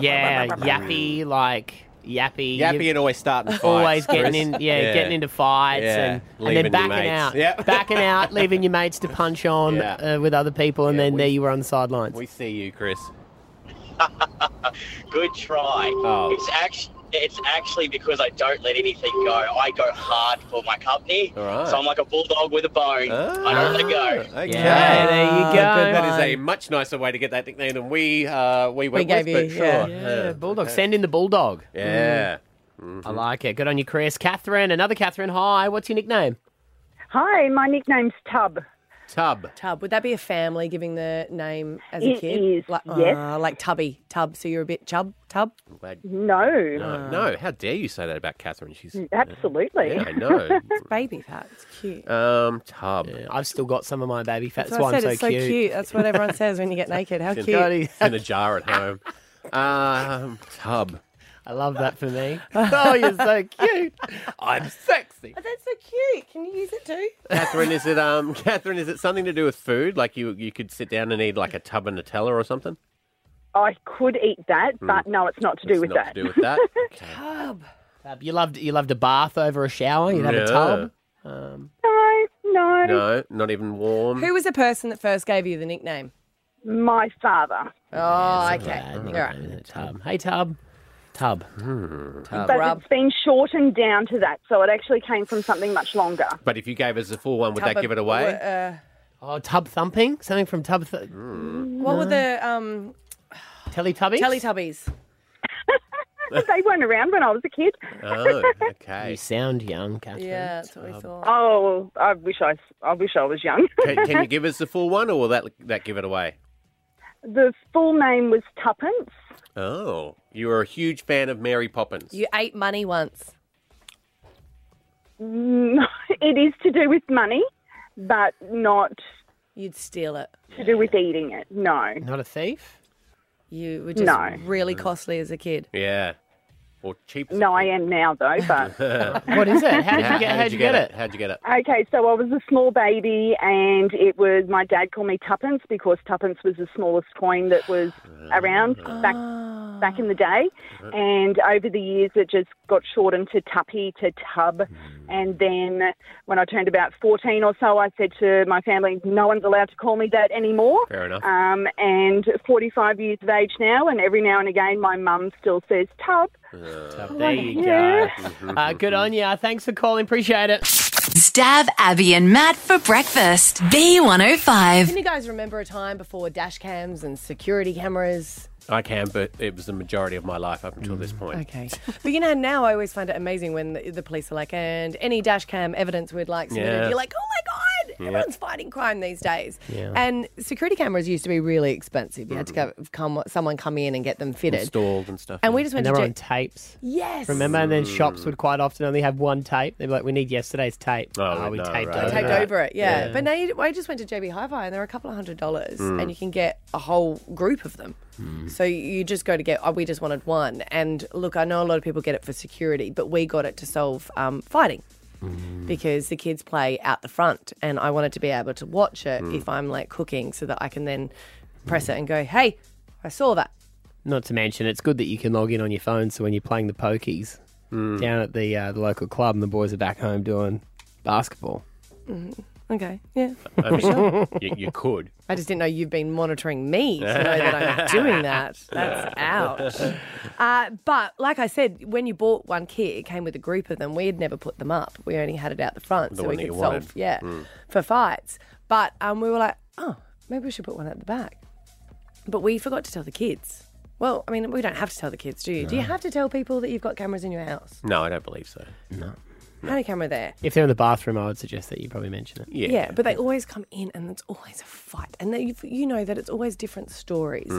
[SPEAKER 2] Yeah, yappy, like yappy.
[SPEAKER 3] Yappy and always starting fights.
[SPEAKER 2] Always getting
[SPEAKER 3] Chris.
[SPEAKER 2] in, yeah, getting into fights
[SPEAKER 3] Yeah,
[SPEAKER 2] and, and
[SPEAKER 3] leaving your
[SPEAKER 2] then backing
[SPEAKER 3] mates.
[SPEAKER 2] out,
[SPEAKER 3] Yep.
[SPEAKER 2] backing out, leaving your mates to punch on uh, with other people, and then there you were on the sidelines.
[SPEAKER 3] We see you, Chris.
[SPEAKER 19] Good try.
[SPEAKER 3] Oh.
[SPEAKER 19] It's actually it's actually because I don't let anything go. I go hard for my company.
[SPEAKER 3] All right. Ah.
[SPEAKER 19] So I'm like a bulldog with a bone. I don't let go.
[SPEAKER 3] Okay,
[SPEAKER 19] Yeah, there you go.
[SPEAKER 3] That- that is a
[SPEAKER 2] Fine.
[SPEAKER 3] much nicer way to get that nickname than we uh, we
[SPEAKER 2] We
[SPEAKER 3] went
[SPEAKER 2] gave
[SPEAKER 3] with.
[SPEAKER 2] you-
[SPEAKER 3] but sure.
[SPEAKER 2] yeah. Yeah, bulldog. Send in the bulldog.
[SPEAKER 3] Yeah.
[SPEAKER 2] I
[SPEAKER 3] Mm-hmm.
[SPEAKER 2] like it. Good on you, Chris. Catherine, another Catherine. Hi, what's your nickname?
[SPEAKER 22] Hi, my nickname's Tub.
[SPEAKER 3] Tub.
[SPEAKER 4] Tub. Would that be a family giving the name as a
[SPEAKER 22] It
[SPEAKER 4] kid?
[SPEAKER 22] is,
[SPEAKER 4] Like,
[SPEAKER 22] yes.
[SPEAKER 4] ah, like Tubby. Tub. So you're a bit chub. Tub.
[SPEAKER 22] No.
[SPEAKER 3] No, no, how dare you say that about Catherine? She's
[SPEAKER 22] Mm, Absolutely.
[SPEAKER 3] Yeah, I know.
[SPEAKER 4] it's baby fat. It's cute.
[SPEAKER 3] um tub.
[SPEAKER 2] I've still got some of my baby fat.
[SPEAKER 4] That's, why, I said it's so cute. That's what everyone says when you get naked. How
[SPEAKER 3] It's
[SPEAKER 4] cute.
[SPEAKER 3] in- it's in a jar at home. Um, tub.
[SPEAKER 2] I love that for me.
[SPEAKER 3] Uh.
[SPEAKER 4] Oh,
[SPEAKER 2] you're so cute.
[SPEAKER 3] I'm
[SPEAKER 4] Oh, that's so cute. Can you use it too?
[SPEAKER 3] Catherine. Is it um Catherine? Is it something to do with food? Like you you could sit down and eat like a tub of Nutella or something?
[SPEAKER 22] I could eat that, but
[SPEAKER 3] Mm.
[SPEAKER 22] no, it's not to do
[SPEAKER 3] It's
[SPEAKER 22] with
[SPEAKER 3] not
[SPEAKER 22] that.
[SPEAKER 3] To do with that.
[SPEAKER 2] Tub. Tub. You loved you loved a bath over a shower. You'd have
[SPEAKER 3] Yeah.
[SPEAKER 2] a tub. Um,
[SPEAKER 22] no, no.
[SPEAKER 3] No, not even warm.
[SPEAKER 4] Who was the person that first gave you the nickname?
[SPEAKER 22] My father.
[SPEAKER 4] Oh, okay. All right.
[SPEAKER 2] tub. Hey, tub. Tub.
[SPEAKER 4] Uh,
[SPEAKER 2] Tub.
[SPEAKER 22] But it's been shortened down to that, so it actually came from something much longer.
[SPEAKER 3] But if you gave us the full one, would that give it away?
[SPEAKER 4] uh,
[SPEAKER 2] oh, tub thumping. Something from tub. Th-
[SPEAKER 3] Mm.
[SPEAKER 4] What were the um,
[SPEAKER 2] Teletubbies.
[SPEAKER 4] Teletubbies?
[SPEAKER 22] they weren't around when I was a kid.
[SPEAKER 2] Oh, okay. you sound young, Catherine.
[SPEAKER 22] Yeah,
[SPEAKER 4] that's what we thought.
[SPEAKER 22] Oh, I wish I, I wish I was young.
[SPEAKER 3] Can, can you give us the full one, or will that that give it away?
[SPEAKER 22] The full name was Tuppence.
[SPEAKER 3] Oh, you were a huge fan of Mary Poppins.
[SPEAKER 4] You ate money once.
[SPEAKER 22] No, it is to do with money, but not
[SPEAKER 4] You'd steal it.
[SPEAKER 22] to do with eating it. No.
[SPEAKER 2] Not a thief.
[SPEAKER 4] You were just
[SPEAKER 22] No.
[SPEAKER 4] really costly as a kid.
[SPEAKER 3] Yeah, or cheap.
[SPEAKER 22] No, I am now though, but
[SPEAKER 2] What is it? How did you get- how'd you get
[SPEAKER 3] How'd you get it?
[SPEAKER 22] Okay, so I was a small baby, and it was my dad called me Tuppence because Tuppence was the smallest coin that was around back back in the day. And over the years, it just got shortened to Tuppy to Tub. And then when I turned about 14 or so, I said to my family, no one's allowed to call me that anymore.
[SPEAKER 3] Fair enough.
[SPEAKER 22] Um, and 45 years of age now, and every now and again, my mum still says Tub.
[SPEAKER 2] Tub. There you
[SPEAKER 22] Yeah.
[SPEAKER 2] go.
[SPEAKER 3] Mm-hmm.
[SPEAKER 2] Uh, good on you. Thanks for calling. Appreciate it.
[SPEAKER 5] Stab Abby and Matt for breakfast. B105.
[SPEAKER 4] Can you guys remember a time before dash cams and security cameras?
[SPEAKER 3] I can, but it was the majority of my life up until this point.
[SPEAKER 4] Mm, Okay. But you know, now I always find it amazing when the, the police are like, and any dash cam evidence we'd like submitted.
[SPEAKER 3] Yeah.
[SPEAKER 4] You're like, oh my God,
[SPEAKER 3] Yeah.
[SPEAKER 4] everyone's fighting crime these days.
[SPEAKER 3] Yeah.
[SPEAKER 4] And security cameras used to be really expensive. You had to go, come, someone come in and get them fitted.
[SPEAKER 3] Installed and stuff.
[SPEAKER 4] And we just went
[SPEAKER 2] they were
[SPEAKER 4] to do-
[SPEAKER 2] on tapes.
[SPEAKER 4] Yes.
[SPEAKER 2] Remember, and then shops would quite often only have one tape. They'd be like, "We need yesterday's tape." Oh, we
[SPEAKER 3] no, right.
[SPEAKER 2] taped over
[SPEAKER 3] We
[SPEAKER 4] taped
[SPEAKER 2] that.
[SPEAKER 4] over it, yeah. But now you, I just went to JB Hi-Fi and they're a couple of hundred dollars,
[SPEAKER 2] Mm.
[SPEAKER 4] and you can get a whole group of them. So you just go to get. Oh, we just wanted one, and look, I know a lot of people get it for security, but we got it to solve um, fighting because the kids play out the front, and I wanted to be able to watch it
[SPEAKER 2] Mm.
[SPEAKER 4] if I'm like cooking, so that I can then press it and go, "Hey, I saw that."
[SPEAKER 2] Not to mention, it's good that you can log in on your phone, so when you're playing the pokies down at the uh, the local club, and the boys are back home doing basketball.
[SPEAKER 4] Mm, okay, yeah.
[SPEAKER 3] I mean, you, you could.
[SPEAKER 4] I just didn't know you've been monitoring me to know that I'm doing that. That's ouch. Uh, but like I said, when you bought one kit, it came with a group of them. We had never put them up. We only had it out the front
[SPEAKER 2] The
[SPEAKER 4] so
[SPEAKER 2] one
[SPEAKER 4] we
[SPEAKER 2] that
[SPEAKER 4] could
[SPEAKER 2] you
[SPEAKER 4] solve
[SPEAKER 2] wanted.
[SPEAKER 4] yeah
[SPEAKER 2] Mm.
[SPEAKER 4] for fights. But um, we were like, oh, maybe we should put one at the back. But we forgot to tell the kids. Well, I mean, we don't have to tell the kids, do you? Do you
[SPEAKER 2] No.
[SPEAKER 4] have to tell people that you've got cameras in your house?
[SPEAKER 3] No, I don't believe so.
[SPEAKER 2] No.
[SPEAKER 4] Had a camera there.
[SPEAKER 2] If they're in the bathroom, I would suggest that you probably mention it.
[SPEAKER 4] Yeah. but they always come in and it's always a fight. And they, you know that it's always different stories.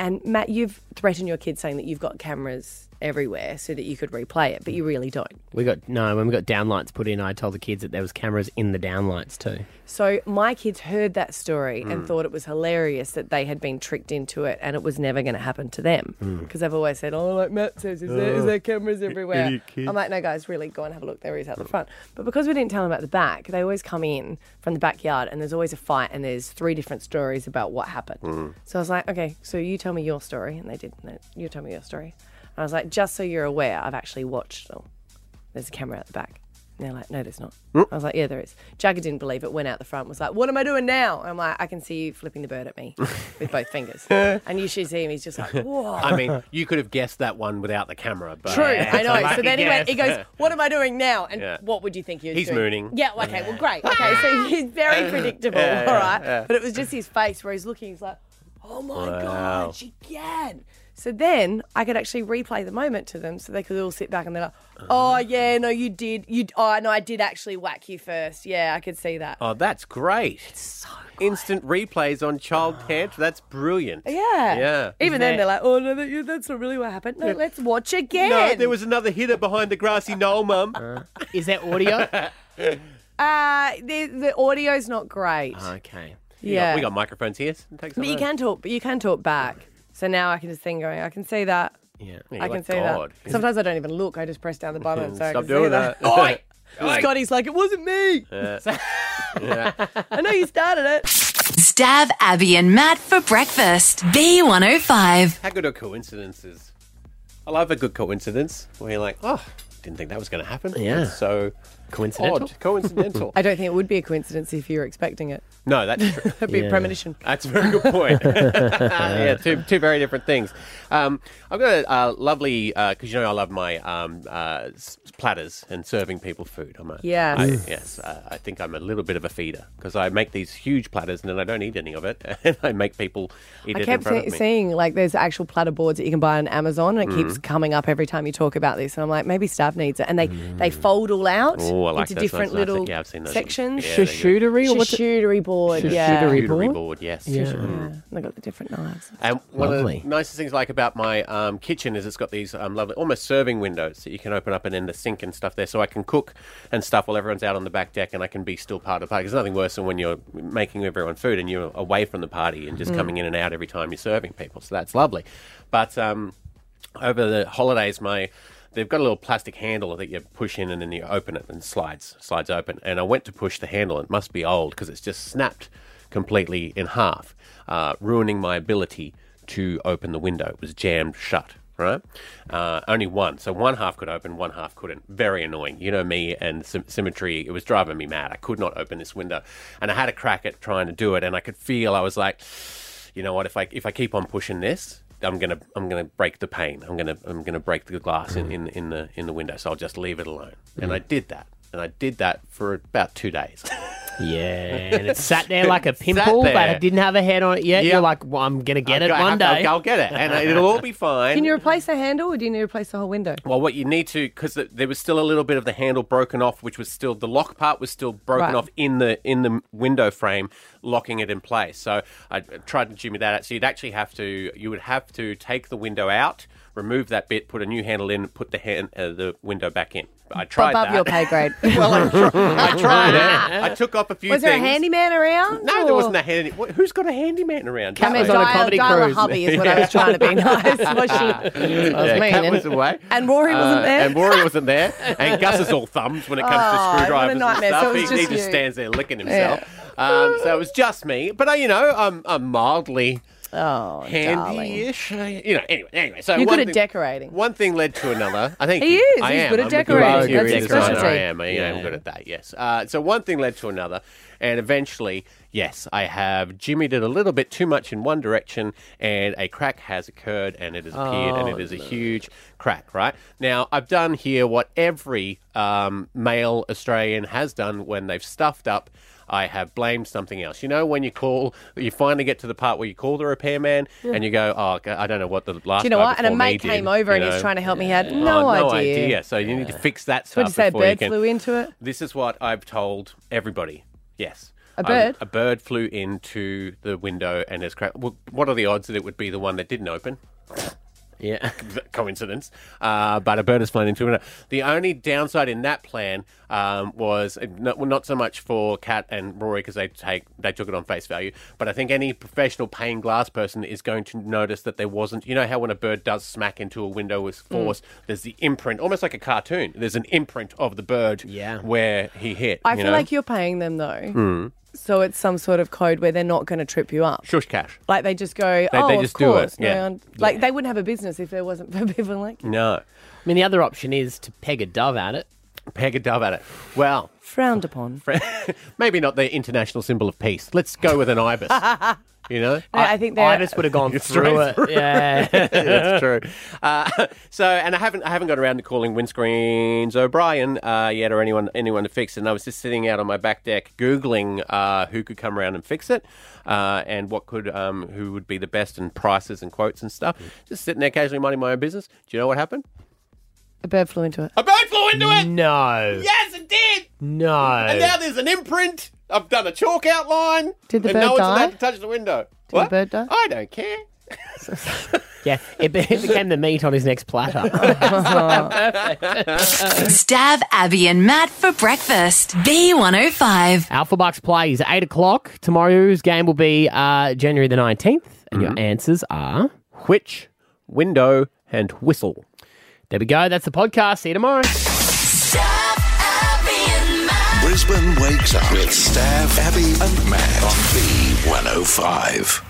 [SPEAKER 4] And Matt, you've threatened your kids saying that you've got cameras everywhere so that you could replay it, but you really don't.
[SPEAKER 2] We got no. When we got downlights put in, I told the kids that there was cameras in the downlights too.
[SPEAKER 4] So my kids heard that story
[SPEAKER 2] Mm.
[SPEAKER 4] and thought it was hilarious that they had been tricked into it and it was never going to happen to them.
[SPEAKER 2] Mm.
[SPEAKER 4] Because I've always said, oh, like Matt says, is, there, is
[SPEAKER 2] Oh,
[SPEAKER 4] there cameras everywhere?
[SPEAKER 2] idiot kids. Mm.
[SPEAKER 4] I'm like, no, guys, really, go and have a look. There he is out the front. But because we didn't tell them about the back, they always come in from the backyard and there's always a fight and there's three different stories about what happened.
[SPEAKER 2] Mm.
[SPEAKER 4] So I was like, okay, so you tell me your story. And they did. And they- You tell me your story. And I was like, just so you're aware, I've actually watched them. There's a camera out the back. And they're like, no, there's not. I was like, yeah, there is. Jagger didn't believe it, went out the front, was like, what am I doing now? And I'm like, I can see you flipping the bird at me with both fingers. and you should see him, he's just like, whoa.
[SPEAKER 3] I mean, you could have guessed that one without the camera. But
[SPEAKER 4] True, I know. so then he went, he goes,
[SPEAKER 3] Yeah.
[SPEAKER 4] "What am I doing now?" And
[SPEAKER 3] Yeah.
[SPEAKER 4] what would you think he was
[SPEAKER 3] He's
[SPEAKER 4] doing?
[SPEAKER 3] mooning.
[SPEAKER 4] Yeah. well, Okay. Well, great. Okay. So he's very predictable.
[SPEAKER 3] Yeah, yeah,
[SPEAKER 4] all right.
[SPEAKER 3] yeah.
[SPEAKER 4] But it was just his face where he's looking. He's like, "Oh my
[SPEAKER 3] Wow.
[SPEAKER 4] god, she can." So then I could actually replay the moment to them, so they could all sit back and they're like, "Oh yeah, no, you did. You oh no, I did actually whack you first. Yeah, I could see that."
[SPEAKER 3] Oh, that's great! It's so instant replays on child tantrums. That's brilliant.
[SPEAKER 4] Yeah.
[SPEAKER 3] yeah.
[SPEAKER 4] Even then, they're like, "Oh no, that, yeah, that's not really what happened. No,
[SPEAKER 3] Yeah.
[SPEAKER 4] let's watch again."
[SPEAKER 3] No, there was another hitter behind the grassy knoll, Mum.
[SPEAKER 2] is that audio?
[SPEAKER 4] Uh, the the audio's not great.
[SPEAKER 3] okay.
[SPEAKER 4] Yeah.
[SPEAKER 3] Uh-huh. we got microphones here. so Take some
[SPEAKER 4] But you
[SPEAKER 3] of
[SPEAKER 4] can talk. But you can talk back. So now I can just think going. I can see that.
[SPEAKER 3] Yeah. Oh
[SPEAKER 4] I can see that. Sometimes I don't even look. I just press down the button. so I
[SPEAKER 3] Stop
[SPEAKER 4] can see
[SPEAKER 3] doing
[SPEAKER 4] that.
[SPEAKER 3] that.
[SPEAKER 4] Oi!
[SPEAKER 3] Oi!
[SPEAKER 4] Scotty's like, it wasn't me.
[SPEAKER 3] Yeah.
[SPEAKER 4] I know you started it.
[SPEAKER 5] Stab Abby and Matt for breakfast. B105.
[SPEAKER 3] How good are coincidences? I love a good coincidence where you're like, oh, didn't think that was going to happen.
[SPEAKER 2] Yeah.
[SPEAKER 3] It's so
[SPEAKER 2] Coincidental?
[SPEAKER 3] Odd. Coincidental.
[SPEAKER 4] I don't think it would be a coincidence if you were expecting it.
[SPEAKER 3] no, that's true.
[SPEAKER 4] That'd be a Yeah. premonition.
[SPEAKER 3] That's a very good point. yeah, two, two very different things. Um, I've got a uh, lovely, because you know I love my um, uh, s- platters and serving people food. I'm a,
[SPEAKER 4] Yes.
[SPEAKER 3] I-
[SPEAKER 4] Mm.
[SPEAKER 3] yes, uh, I think I'm a little bit of a feeder because I make these huge platters and then I don't eat any of it and I make people eat
[SPEAKER 4] I
[SPEAKER 3] it
[SPEAKER 4] kept
[SPEAKER 3] in front
[SPEAKER 4] se-
[SPEAKER 3] of me.
[SPEAKER 4] seeing like there's actual platter boards that you can buy on Amazon, and it keeps
[SPEAKER 3] Mhm.
[SPEAKER 4] coming up every time you talk about this. And I'm like, maybe staff needs it, and they they fold all out
[SPEAKER 3] Mm. Oh, I like
[SPEAKER 4] into
[SPEAKER 3] those.
[SPEAKER 4] different
[SPEAKER 3] Nice, nice.
[SPEAKER 4] little
[SPEAKER 3] Yeah, I've seen those.
[SPEAKER 4] sections.
[SPEAKER 3] Yeah, they're good. Charcuterie
[SPEAKER 2] or what's it-
[SPEAKER 4] charcuterie board. Yeah,
[SPEAKER 3] Charcuterie board? board, yes. Yeah. Mm.
[SPEAKER 4] And they got the different knives.
[SPEAKER 3] And one
[SPEAKER 2] Lovely.
[SPEAKER 3] of the nicest things I like about my um, kitchen is it's got these um, lovely, almost serving windows that you can open up and then the sink and stuff there, so I can cook and stuff while everyone's out on the back deck, and I can be still part of the party. There's nothing worse than when you're making everyone food and you're away from the party and just
[SPEAKER 2] Mm.
[SPEAKER 3] coming in and out every time you're serving people. So that's lovely. But um, over the holidays, my they've got a little plastic handle that you push in and then you open it and slides slides open. And I went to push the handle. It must be old because it's just snapped completely in half, uh, ruining my ability to open the window. It was jammed shut. Right, uh, only one. So one half could open, one half couldn't. Very annoying. You know me and sym- symmetry. It was driving me mad. I could not open this window, and I had a crack at trying to do it, and I could feel I was like, you know what? If I if I keep on pushing this, I'm gonna I'm gonna break the pane. I'm gonna I'm gonna break the glass in, in, in the in the window. So I'll just leave it alone. And I did that. And I did that for about two days.
[SPEAKER 2] Yeah, and it sat there like a
[SPEAKER 3] It sat
[SPEAKER 2] pimple, but
[SPEAKER 3] there.
[SPEAKER 2] it didn't have a head on it yet.
[SPEAKER 3] Yeah.
[SPEAKER 2] You're like, well, I'm gonna get
[SPEAKER 3] I'll
[SPEAKER 2] it
[SPEAKER 3] go-
[SPEAKER 2] one
[SPEAKER 3] I'll-
[SPEAKER 2] day.
[SPEAKER 3] I'll- I'll get it, and it'll all be fine.
[SPEAKER 4] Can you replace the handle, or do you need to replace the whole window?
[SPEAKER 3] Well, what you need to, because there was still a little bit of the handle broken off, which was still the lock part was still broken
[SPEAKER 4] Right.
[SPEAKER 3] off in the in the window frame, locking it in place. So I tried to jimmy that out. So you'd actually have to, you would have to take the window out, remove that bit, put a new handle in, put the hand uh, the window back in. I tried
[SPEAKER 4] Above
[SPEAKER 3] that.
[SPEAKER 4] your pay grade.
[SPEAKER 3] well, I, tr- I tried it. I took off a few
[SPEAKER 4] Was there
[SPEAKER 3] things.
[SPEAKER 4] a handyman around?
[SPEAKER 3] No, there
[SPEAKER 4] or-
[SPEAKER 3] wasn't a handy. wh- Who's got a handyman around?
[SPEAKER 4] Cam
[SPEAKER 3] today?
[SPEAKER 4] is on a Dial- comedy dial a cruise. hubby is what I was trying to be nice, was she? I was
[SPEAKER 3] yeah,
[SPEAKER 4] mean,
[SPEAKER 3] Cat
[SPEAKER 4] and-
[SPEAKER 3] was away.
[SPEAKER 4] and Rory wasn't there.
[SPEAKER 3] Uh, And Rory wasn't there. And Gus is all thumbs when it comes
[SPEAKER 4] Oh, what a
[SPEAKER 3] to screwdrivers and
[SPEAKER 4] nightmare. So
[SPEAKER 3] stuff.
[SPEAKER 4] it
[SPEAKER 3] he,
[SPEAKER 4] was
[SPEAKER 3] he
[SPEAKER 4] just
[SPEAKER 3] just
[SPEAKER 4] you.
[SPEAKER 3] stands there licking himself. Um, so it was just me. But, uh, you know, I'm, I'm mildly
[SPEAKER 4] Oh,
[SPEAKER 3] handy-ish. I- You know, anyway, anyway. So
[SPEAKER 4] You're
[SPEAKER 3] one
[SPEAKER 4] good at
[SPEAKER 3] thing-
[SPEAKER 4] decorating.
[SPEAKER 3] One thing led to another. I think
[SPEAKER 4] He is.
[SPEAKER 3] I
[SPEAKER 4] He's
[SPEAKER 3] am.
[SPEAKER 4] good at
[SPEAKER 3] I'm
[SPEAKER 4] decorating.
[SPEAKER 3] A good
[SPEAKER 4] That's
[SPEAKER 3] interior
[SPEAKER 4] his
[SPEAKER 3] designer. I
[SPEAKER 4] specialty.
[SPEAKER 3] am. I
[SPEAKER 4] Yeah.
[SPEAKER 3] am good at that. Yes. Uh, so one thing led to another, and eventually, yes, I have jimmied it a little bit too much in one direction, and a crack has occurred, and it has appeared, and
[SPEAKER 2] Oh,
[SPEAKER 3] it is a huge crack. Right now, I've done here what every um, male Australian has done when they've stuffed up. I have blamed something else. You know, when you call, you finally get to the part where you call the repairman
[SPEAKER 4] Yeah.
[SPEAKER 3] and you go, "Oh, I don't know what the last
[SPEAKER 4] Do you know
[SPEAKER 3] guy
[SPEAKER 4] what? And a
[SPEAKER 3] before me
[SPEAKER 4] mate
[SPEAKER 3] did,
[SPEAKER 4] came over and
[SPEAKER 3] you
[SPEAKER 4] he was
[SPEAKER 3] know.
[SPEAKER 4] trying to help me. He had
[SPEAKER 3] Oh,
[SPEAKER 4] no, idea.
[SPEAKER 3] So you need to fix that
[SPEAKER 4] So
[SPEAKER 3] stuff
[SPEAKER 4] what did you say? A
[SPEAKER 3] before you
[SPEAKER 4] bird
[SPEAKER 3] can.
[SPEAKER 4] flew into it?
[SPEAKER 3] This is what I've told everybody. Yes.
[SPEAKER 4] A
[SPEAKER 3] I-
[SPEAKER 4] bird?
[SPEAKER 3] a bird flew into the window and has cracked. Well, what are the odds that it would be the one that didn't open? Yeah, coincidence. Uh, but a bird has flown into it. The only downside in that plan um, was uh, not, well, not so much for Kat and Rory because they take they took it on face value. But I think any professional pane glass person is going to notice that there wasn't. You know how when a bird does smack into a window with
[SPEAKER 4] Hmm.
[SPEAKER 3] force, there's the imprint, almost like a cartoon. There's an imprint of the bird. Yeah. where he hit.
[SPEAKER 4] I
[SPEAKER 3] you
[SPEAKER 4] feel
[SPEAKER 3] know?
[SPEAKER 4] like you're paying them though.
[SPEAKER 3] Mm.
[SPEAKER 4] So it's some sort of code where they're not going to trip you up.
[SPEAKER 3] Shush cash.
[SPEAKER 4] Like they just go,
[SPEAKER 3] they
[SPEAKER 4] oh,
[SPEAKER 3] just
[SPEAKER 4] of
[SPEAKER 3] do it,
[SPEAKER 4] course. no
[SPEAKER 3] yeah.
[SPEAKER 4] one-" Like they wouldn't have a business if there wasn't for people like
[SPEAKER 3] No. I
[SPEAKER 2] mean, the other option is to peg a dove at it.
[SPEAKER 3] Peg a dove at it. Well,
[SPEAKER 4] frowned upon.
[SPEAKER 3] maybe not the international symbol of peace. Let's go with an ibis. You know,
[SPEAKER 4] No, I think they're-
[SPEAKER 2] Ibis would have gone through it. Yeah.
[SPEAKER 3] that's true. Uh, so, and I haven't, I haven't got around to calling windscreens O'Brien uh, yet, or anyone, anyone to fix it. And I was just sitting out on my back deck googling uh, who could come around and fix it, uh, and what could, um, who would be the best, and prices and quotes and stuff. Just sitting there casually minding my own business. Do you know what happened?
[SPEAKER 4] a bird flew into it.
[SPEAKER 3] A bird flew into it.
[SPEAKER 2] No.
[SPEAKER 3] Yes, it did.
[SPEAKER 2] No.
[SPEAKER 3] And now there's an imprint. I've done a chalk outline.
[SPEAKER 4] Did the
[SPEAKER 3] and
[SPEAKER 4] bird
[SPEAKER 3] no one's
[SPEAKER 4] die?
[SPEAKER 3] allowed to touch the window.
[SPEAKER 4] Did the bird die?
[SPEAKER 3] I don't care.
[SPEAKER 2] Yeah, it, be- it became the meat on his next platter.
[SPEAKER 5] Stab Abby and Matt for breakfast. B105.
[SPEAKER 2] Alpha Bucks plays 8 o'clock. Tomorrow's game will be uh, January the 19th. And
[SPEAKER 3] Mm-hmm.
[SPEAKER 2] your answers are
[SPEAKER 3] which, window, and whistle.
[SPEAKER 2] There we go. That's the podcast. See you tomorrow.
[SPEAKER 1] oh Brisbane wakes up with Stav, Abby, and Matt on B105.